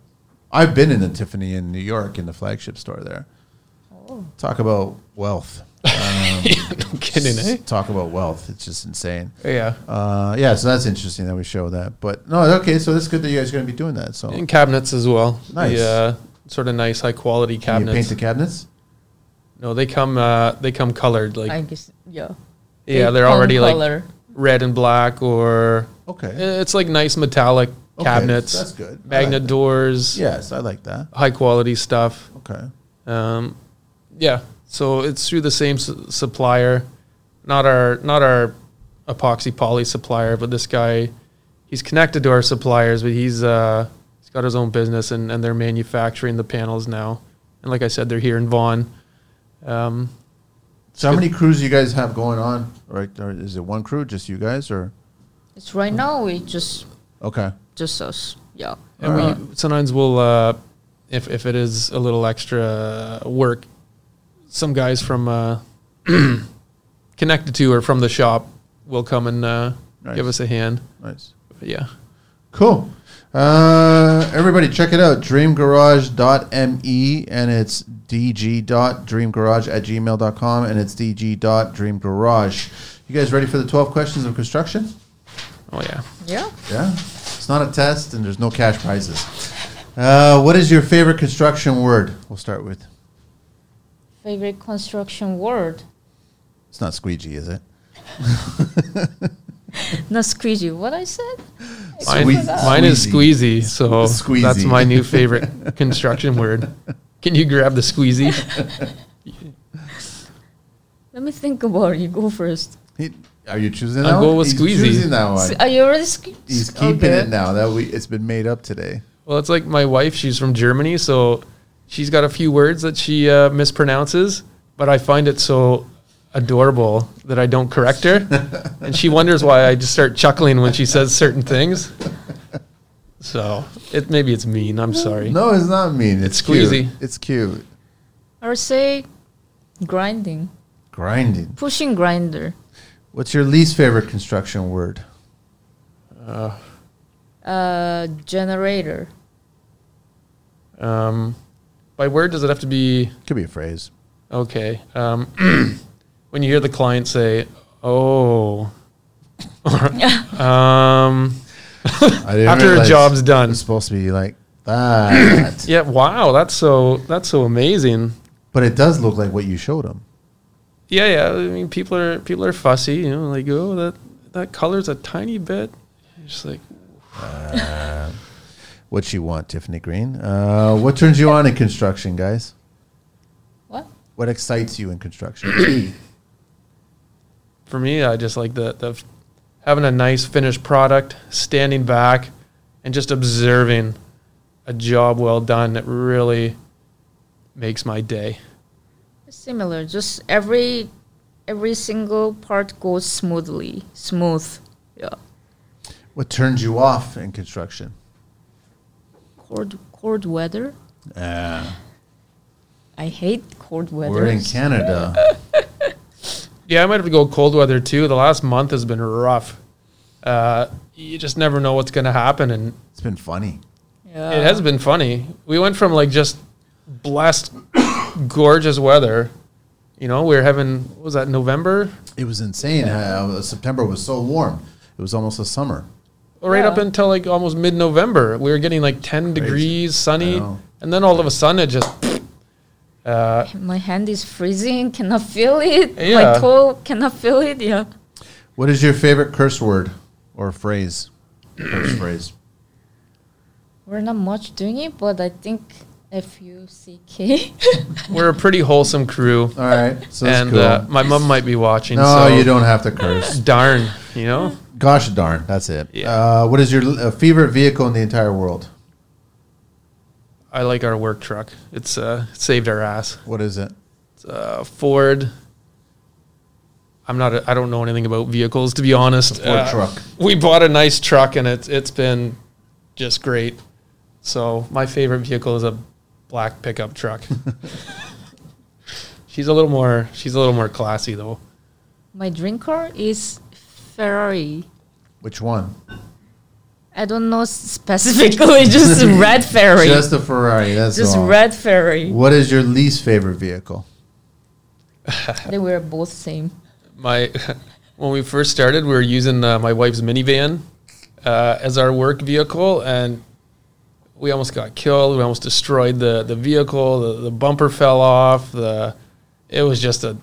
B: I've been in the Tiffany in New York in the flagship store there.
C: Oh.
B: Talk about
C: [LAUGHS]
B: wealth. Um,
C: I'm kidding, eh?
B: Talk about wealth. It's just insane.
C: Yeah.
B: Uh, yeah, so that's interesting that we show that. But no, okay, so that's good that you guys are going to be doing that. So
C: And cabinets as well.
B: Nice.
C: The, uh, sort of nice, high quality
B: Can you paint
C: cabinets.
B: the cabinets.
C: no, they come uh, they come colored. Like
A: I guess yeah.
C: yeah,
A: They
C: they're
A: come
C: already like
A: color.
C: red and black or
B: Okay.
C: It's like nice metallic
B: Okay,
C: cabinets.
B: that's good. I
C: Magnet
B: like that.
C: doors.
B: Yes, I like that.
C: High quality stuff.
B: Okay.
C: Um, yeah. So it's through the same su- supplier, not our not our epoxy poly supplier, but this guy, he's connected to our suppliers, but he's uh, he's got his own business and, and they're manufacturing the panels now. And like I said, they're here in Vaughan. Um,
B: So how many crews you guys have going on? Right? Or is it one crew, just you guys, or
A: It's right now it's just
B: okay?
A: just us. Yeah.
C: And we sometimes we'll uh, if if it is a little extra work, some guys from uh, [CLEARS THROAT] connected to or from the shop will come and uh,
B: Nice.
C: give us a hand.
B: Nice.
C: But yeah,
B: Cool. Uh, everybody, check it out dreamgarage.me E, and it's dg.dreamgarage at gmail.com and it's dg.dreamgarage. You guys ready for the 12 questions of construction?
C: oh yeah.
A: Yeah.
B: Yeah. It's not a test and there's no cash prizes. Uh, what is your favorite construction word? We'll start with.
A: Favorite construction word.
B: It's not squeegee, is it? [LAUGHS]
A: Not squeegee. What I
C: [LAUGHS]
A: said?
C: Mine,
B: Squeeze-
C: mine is
B: squeezy.
C: squeezy, so
B: Squeezy.
C: that's
B: [LAUGHS]
C: my new favorite construction word. Can you grab the squeezy?
A: Let me think about it. You go first.
B: He- are you choosing that
C: I'll go
B: one?
C: with
B: He's
C: squeezy.
B: choosing that one.
A: S- Are you already sque-
B: He's
A: s-
B: keeping
A: okay.
B: it now that we it's been made up today. [LAUGHS]
C: Well, it's like my wife. She's from Germany, so she's got a few words that she uh, mispronounces, but I find it so adorable that I don't correct her, and she wonders why I just start chuckling when she says certain things. So it maybe it's mean. I'm sorry.
B: No, it's not mean. It's,
C: It's
B: cute.
C: squeezy.
B: It's cute.
A: Or say grinding.
B: Grinding.
A: Pushing grinder.
B: What's your least favorite construction word?
C: Uh,
A: Uh generator.
C: um, by word, does it have to be
B: Could be a phrase.
C: [CLEARS THROAT] okay? Um, when you hear the client say, "Oh," [LAUGHS] Um,
B: I didn't
C: after a
B: realize
C: job's done.
B: it's supposed to be like
C: [LAUGHS]
B: that,
C: Yeah. Wow. That's so. That's so amazing.
B: but it does look like what you showed him.
C: Yeah. Yeah. I mean, people are people are fussy. You know, like oh that that color's a tiny bit. You're just like
B: What you want, Tiffany Green? Uh, what turns you on in construction, guys?
A: What?
B: What excites you
A: [COUGHS]
B: in construction?
C: for me, I just like the the having a nice finished product, standing back, and just observing a job well done. That really makes my day.
A: Similar. Just every every single part goes smoothly. Smooth. Yeah.
B: what turns you off in construction?
A: Cold cold weather.
B: Uh,
A: I hate cold weather.
B: we're in Canada.
C: Yeah, I might have to go cold weather too. The last month has been rough. Uh, you just never know what's going to happen, and
B: It's been funny.
A: Yeah.
B: Uh.
C: it has been funny. We went from like just blessed, gorgeous weather. You know, we were having what was that November,
B: It was insane. Uh, September was so warm. It was almost a summer.
C: right up
A: Yeah.
C: until like almost mid-November. We were getting like ten
B: Crazy.
C: degrees, sunny,
B: I know.
C: and then all of a sudden it just. Uh,
A: My hand is freezing. Cannot feel it.
C: Yeah.
A: My toe cannot feel it. Yeah.
B: What is your favorite curse word or phrase?
C: [CLEARS THROAT]
B: curse phrase.
A: We're not much doing it, but I think F U C K. [LAUGHS]
C: we're a pretty wholesome crew,
B: All right. So that's
C: and
B: cool.
C: uh, my mom might be watching.
B: no,
C: so
B: you don't have to curse.
C: Darn, you know.
B: Gosh darn, that's it.
C: Yeah.
B: Uh, what is your uh, favorite vehicle in the entire world?
C: I like our work truck. It's uh, it saved our ass.
B: What is it?
C: uh, Ford. I'm not. A, I don't know anything about vehicles, to be honest.
B: Ford
C: Uh,
B: truck.
C: We bought a nice truck, and it's it's been just great. So my favorite vehicle is a black
B: [LAUGHS]
C: pickup truck. she's a little more. She's a little more classy, though.
A: My dream car is Ferrari.
B: Which one?
A: I don't know specifically, [LAUGHS]
B: [LAUGHS]
A: just red Ferrari. Just,
B: Just a Ferrari. That's the one.
A: red Ferrari.
B: What is your least favorite vehicle?
C: [LAUGHS]
A: They were both same.
C: My [LAUGHS] when we first started, we were using uh, my wife's minivan uh, as our work vehicle, and we almost got killed. We almost destroyed the the vehicle. The, the bumper fell off. The it was just a,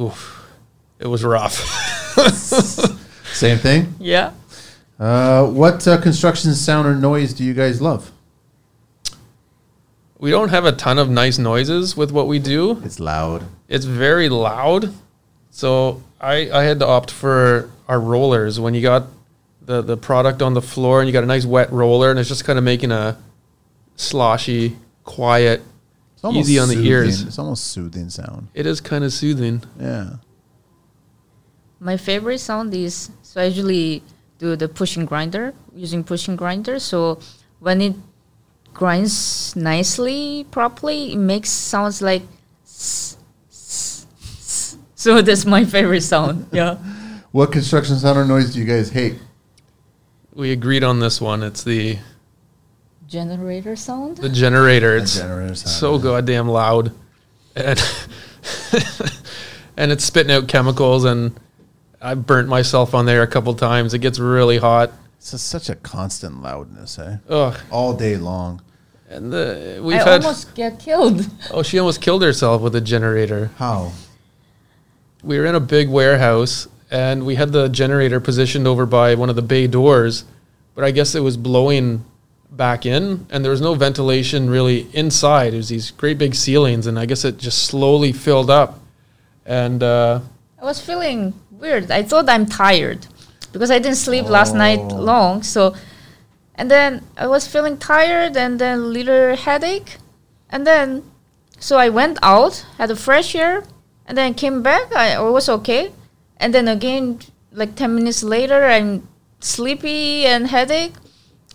C: oof, it was rough. [LAUGHS]
B: Same thing.
A: Yeah.
B: Uh, what uh, construction sound or noise do you guys love?
C: we don't have a ton of nice noises with what we do.
B: It's loud.
C: It's very loud, so I I had to opt for our rollers when you got. The, the product on the floor and you got a nice wet roller and it's just kind of making a sloshy quiet
B: It's almost
C: Easy on the
B: soothing.
C: ears.
B: It's almost soothing sound.
C: It is kind of soothing.
B: Yeah.
A: My favorite sound is so I usually do the pushing grinder using pushing grinder. So when it grinds nicely, properly, it makes sounds like. [LAUGHS] s- s- s- So that's my favorite sound. Yeah.
B: What construction sound or noise do you guys hate?
C: We agreed on this one. It's the
A: Generator sound.
C: the generator.
B: The
C: It's
B: generator sound,
C: so
B: yeah.
C: goddamn loud, and [LAUGHS] and it's spitting out chemicals. And I burnt myself on there a couple times. It gets really hot.
B: It's just such a constant loudness, eh?
C: Ugh.
B: All day long.
C: And the, we've
A: I
C: had.
A: almost get killed.
C: oh, she almost killed herself with a generator.
B: How?
C: we were in a big warehouse and we had the generator positioned over by one of the bay doors, but I guess it was blowing back in and there was no ventilation really inside. It was these great big ceilings and I guess it just slowly filled up. And uh,
A: I was feeling weird. I thought I'm tired because I didn't sleep last night
B: Oh.
A: long. So, and then I was feeling tired and then little headache. And then, so I went out, had a fresh air, and then came back. I, I was okay. And then again, like 10 minutes later, I'm sleepy and headache.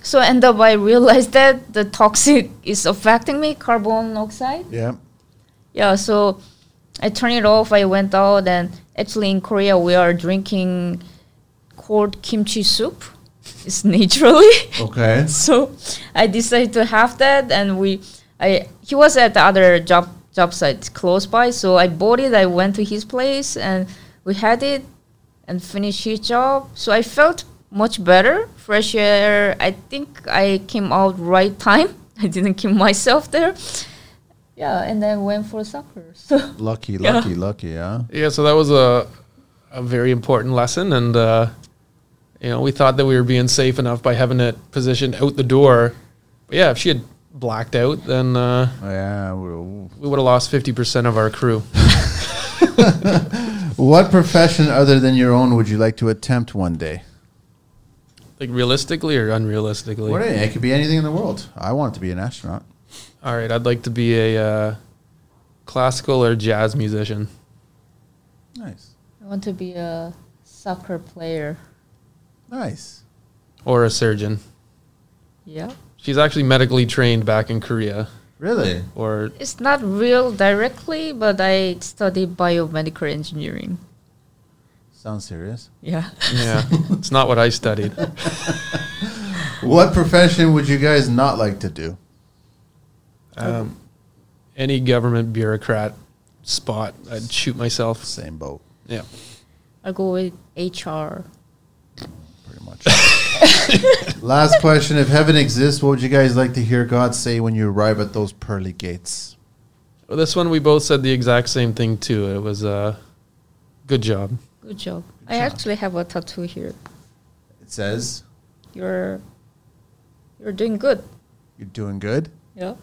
A: So end up I realized [LAUGHS] that the toxic is affecting me, carbon monoxide.
B: Yeah.
A: Yeah, so I turned it off. I went out, and actually in Korea we are drinking cold kimchi soup. It's [LAUGHS] naturally.
B: Okay.
A: [LAUGHS] so I decided to have that, and we, I he was at the other job job site close by, so I bought it. I went to his place, and we had it. and finish his job. So I felt much better, fresh air. I think I came out right time. [LAUGHS] I didn't kill myself there. Yeah, and then went for soccer. [LAUGHS] So
B: Lucky,
A: Yeah.
B: lucky, lucky. Yeah.
C: Yeah, so that was a a very important lesson, and uh, you know we thought that we were being safe enough by having it positioned out the door. But yeah, if she had blacked out, then uh,
B: Oh, Yeah. we-
C: we would have lost fifty percent of our crew.
B: What profession other than your own would you like to attempt one day?
C: Like realistically or unrealistically.
B: What, it could be anything in the world. I want to be an astronaut.
C: All right, I'd like to be a uh, classical or jazz musician.
B: Nice.
A: I want to be a soccer player.
B: Nice.
C: or a surgeon.
A: Yeah.
C: She's actually medically trained back in Korea,
B: Really?
C: or
A: It's not real directly, but I studied biomedical engineering.
B: Sounds serious.
A: Yeah.
C: yeah, [LAUGHS] it's not what I studied.
B: [LAUGHS] What profession would you guys not like to do?
C: Um, any government bureaucrat spot, I'd shoot myself.
B: Same boat,
C: Yeah,
A: I go with HR.
B: pretty
C: [LAUGHS]
B: much. Last question. If heaven exists, what would you guys like to hear God say when you arrive at those pearly gates?
C: well, this one we both said the exact same thing too. It was uh, good job. [LAUGHS]
A: Good job. I actually have a tattoo here.
B: It says,
A: You're you're doing good.
B: You're doing good.
A: Yeah.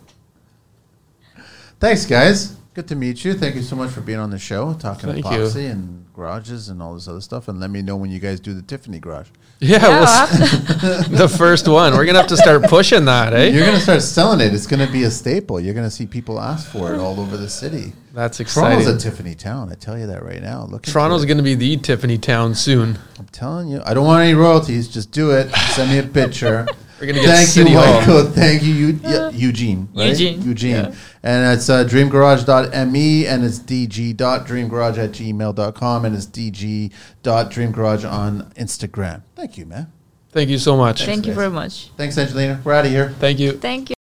B: Thanks, guys. Good to meet you. Thank you so much for being on the show, talking
C: Thank you.
B: epoxy and garages and all this other stuff. And let me know when you guys do the Tiffany garage.
C: Yeah,
A: Yeah,
C: it was the first one. We're gonna have to start pushing that, eh?
B: You're going to start selling it. It's going to be a staple. You're going to see people ask for it all over the city.
C: That's
B: Toronto's a
C: exciting.
B: Tiffany town. I tell you that right now. Look, into
C: Toronto's
B: it.
C: gonna be the Tiffany town soon.
B: I'm telling you, I don't want any royalties. Just do it. Send me a picture.
C: We're gonna get City
B: you,
C: Hall.
B: Thank you, Eu- yeah, Eugene. right?
A: Uh, Eugene,
B: Eugene.
A: yeah.
B: And it's uh, dreamgarage.me and it's dg.dreamgarage at gmail.com and it's dg.dreamgarage on Instagram. Thank you, man.
C: Thank you so much.
A: Thank you
B: guys.
A: very much.
B: Thanks, Angelina. We're out of here.
C: Thank you.
A: Thank you.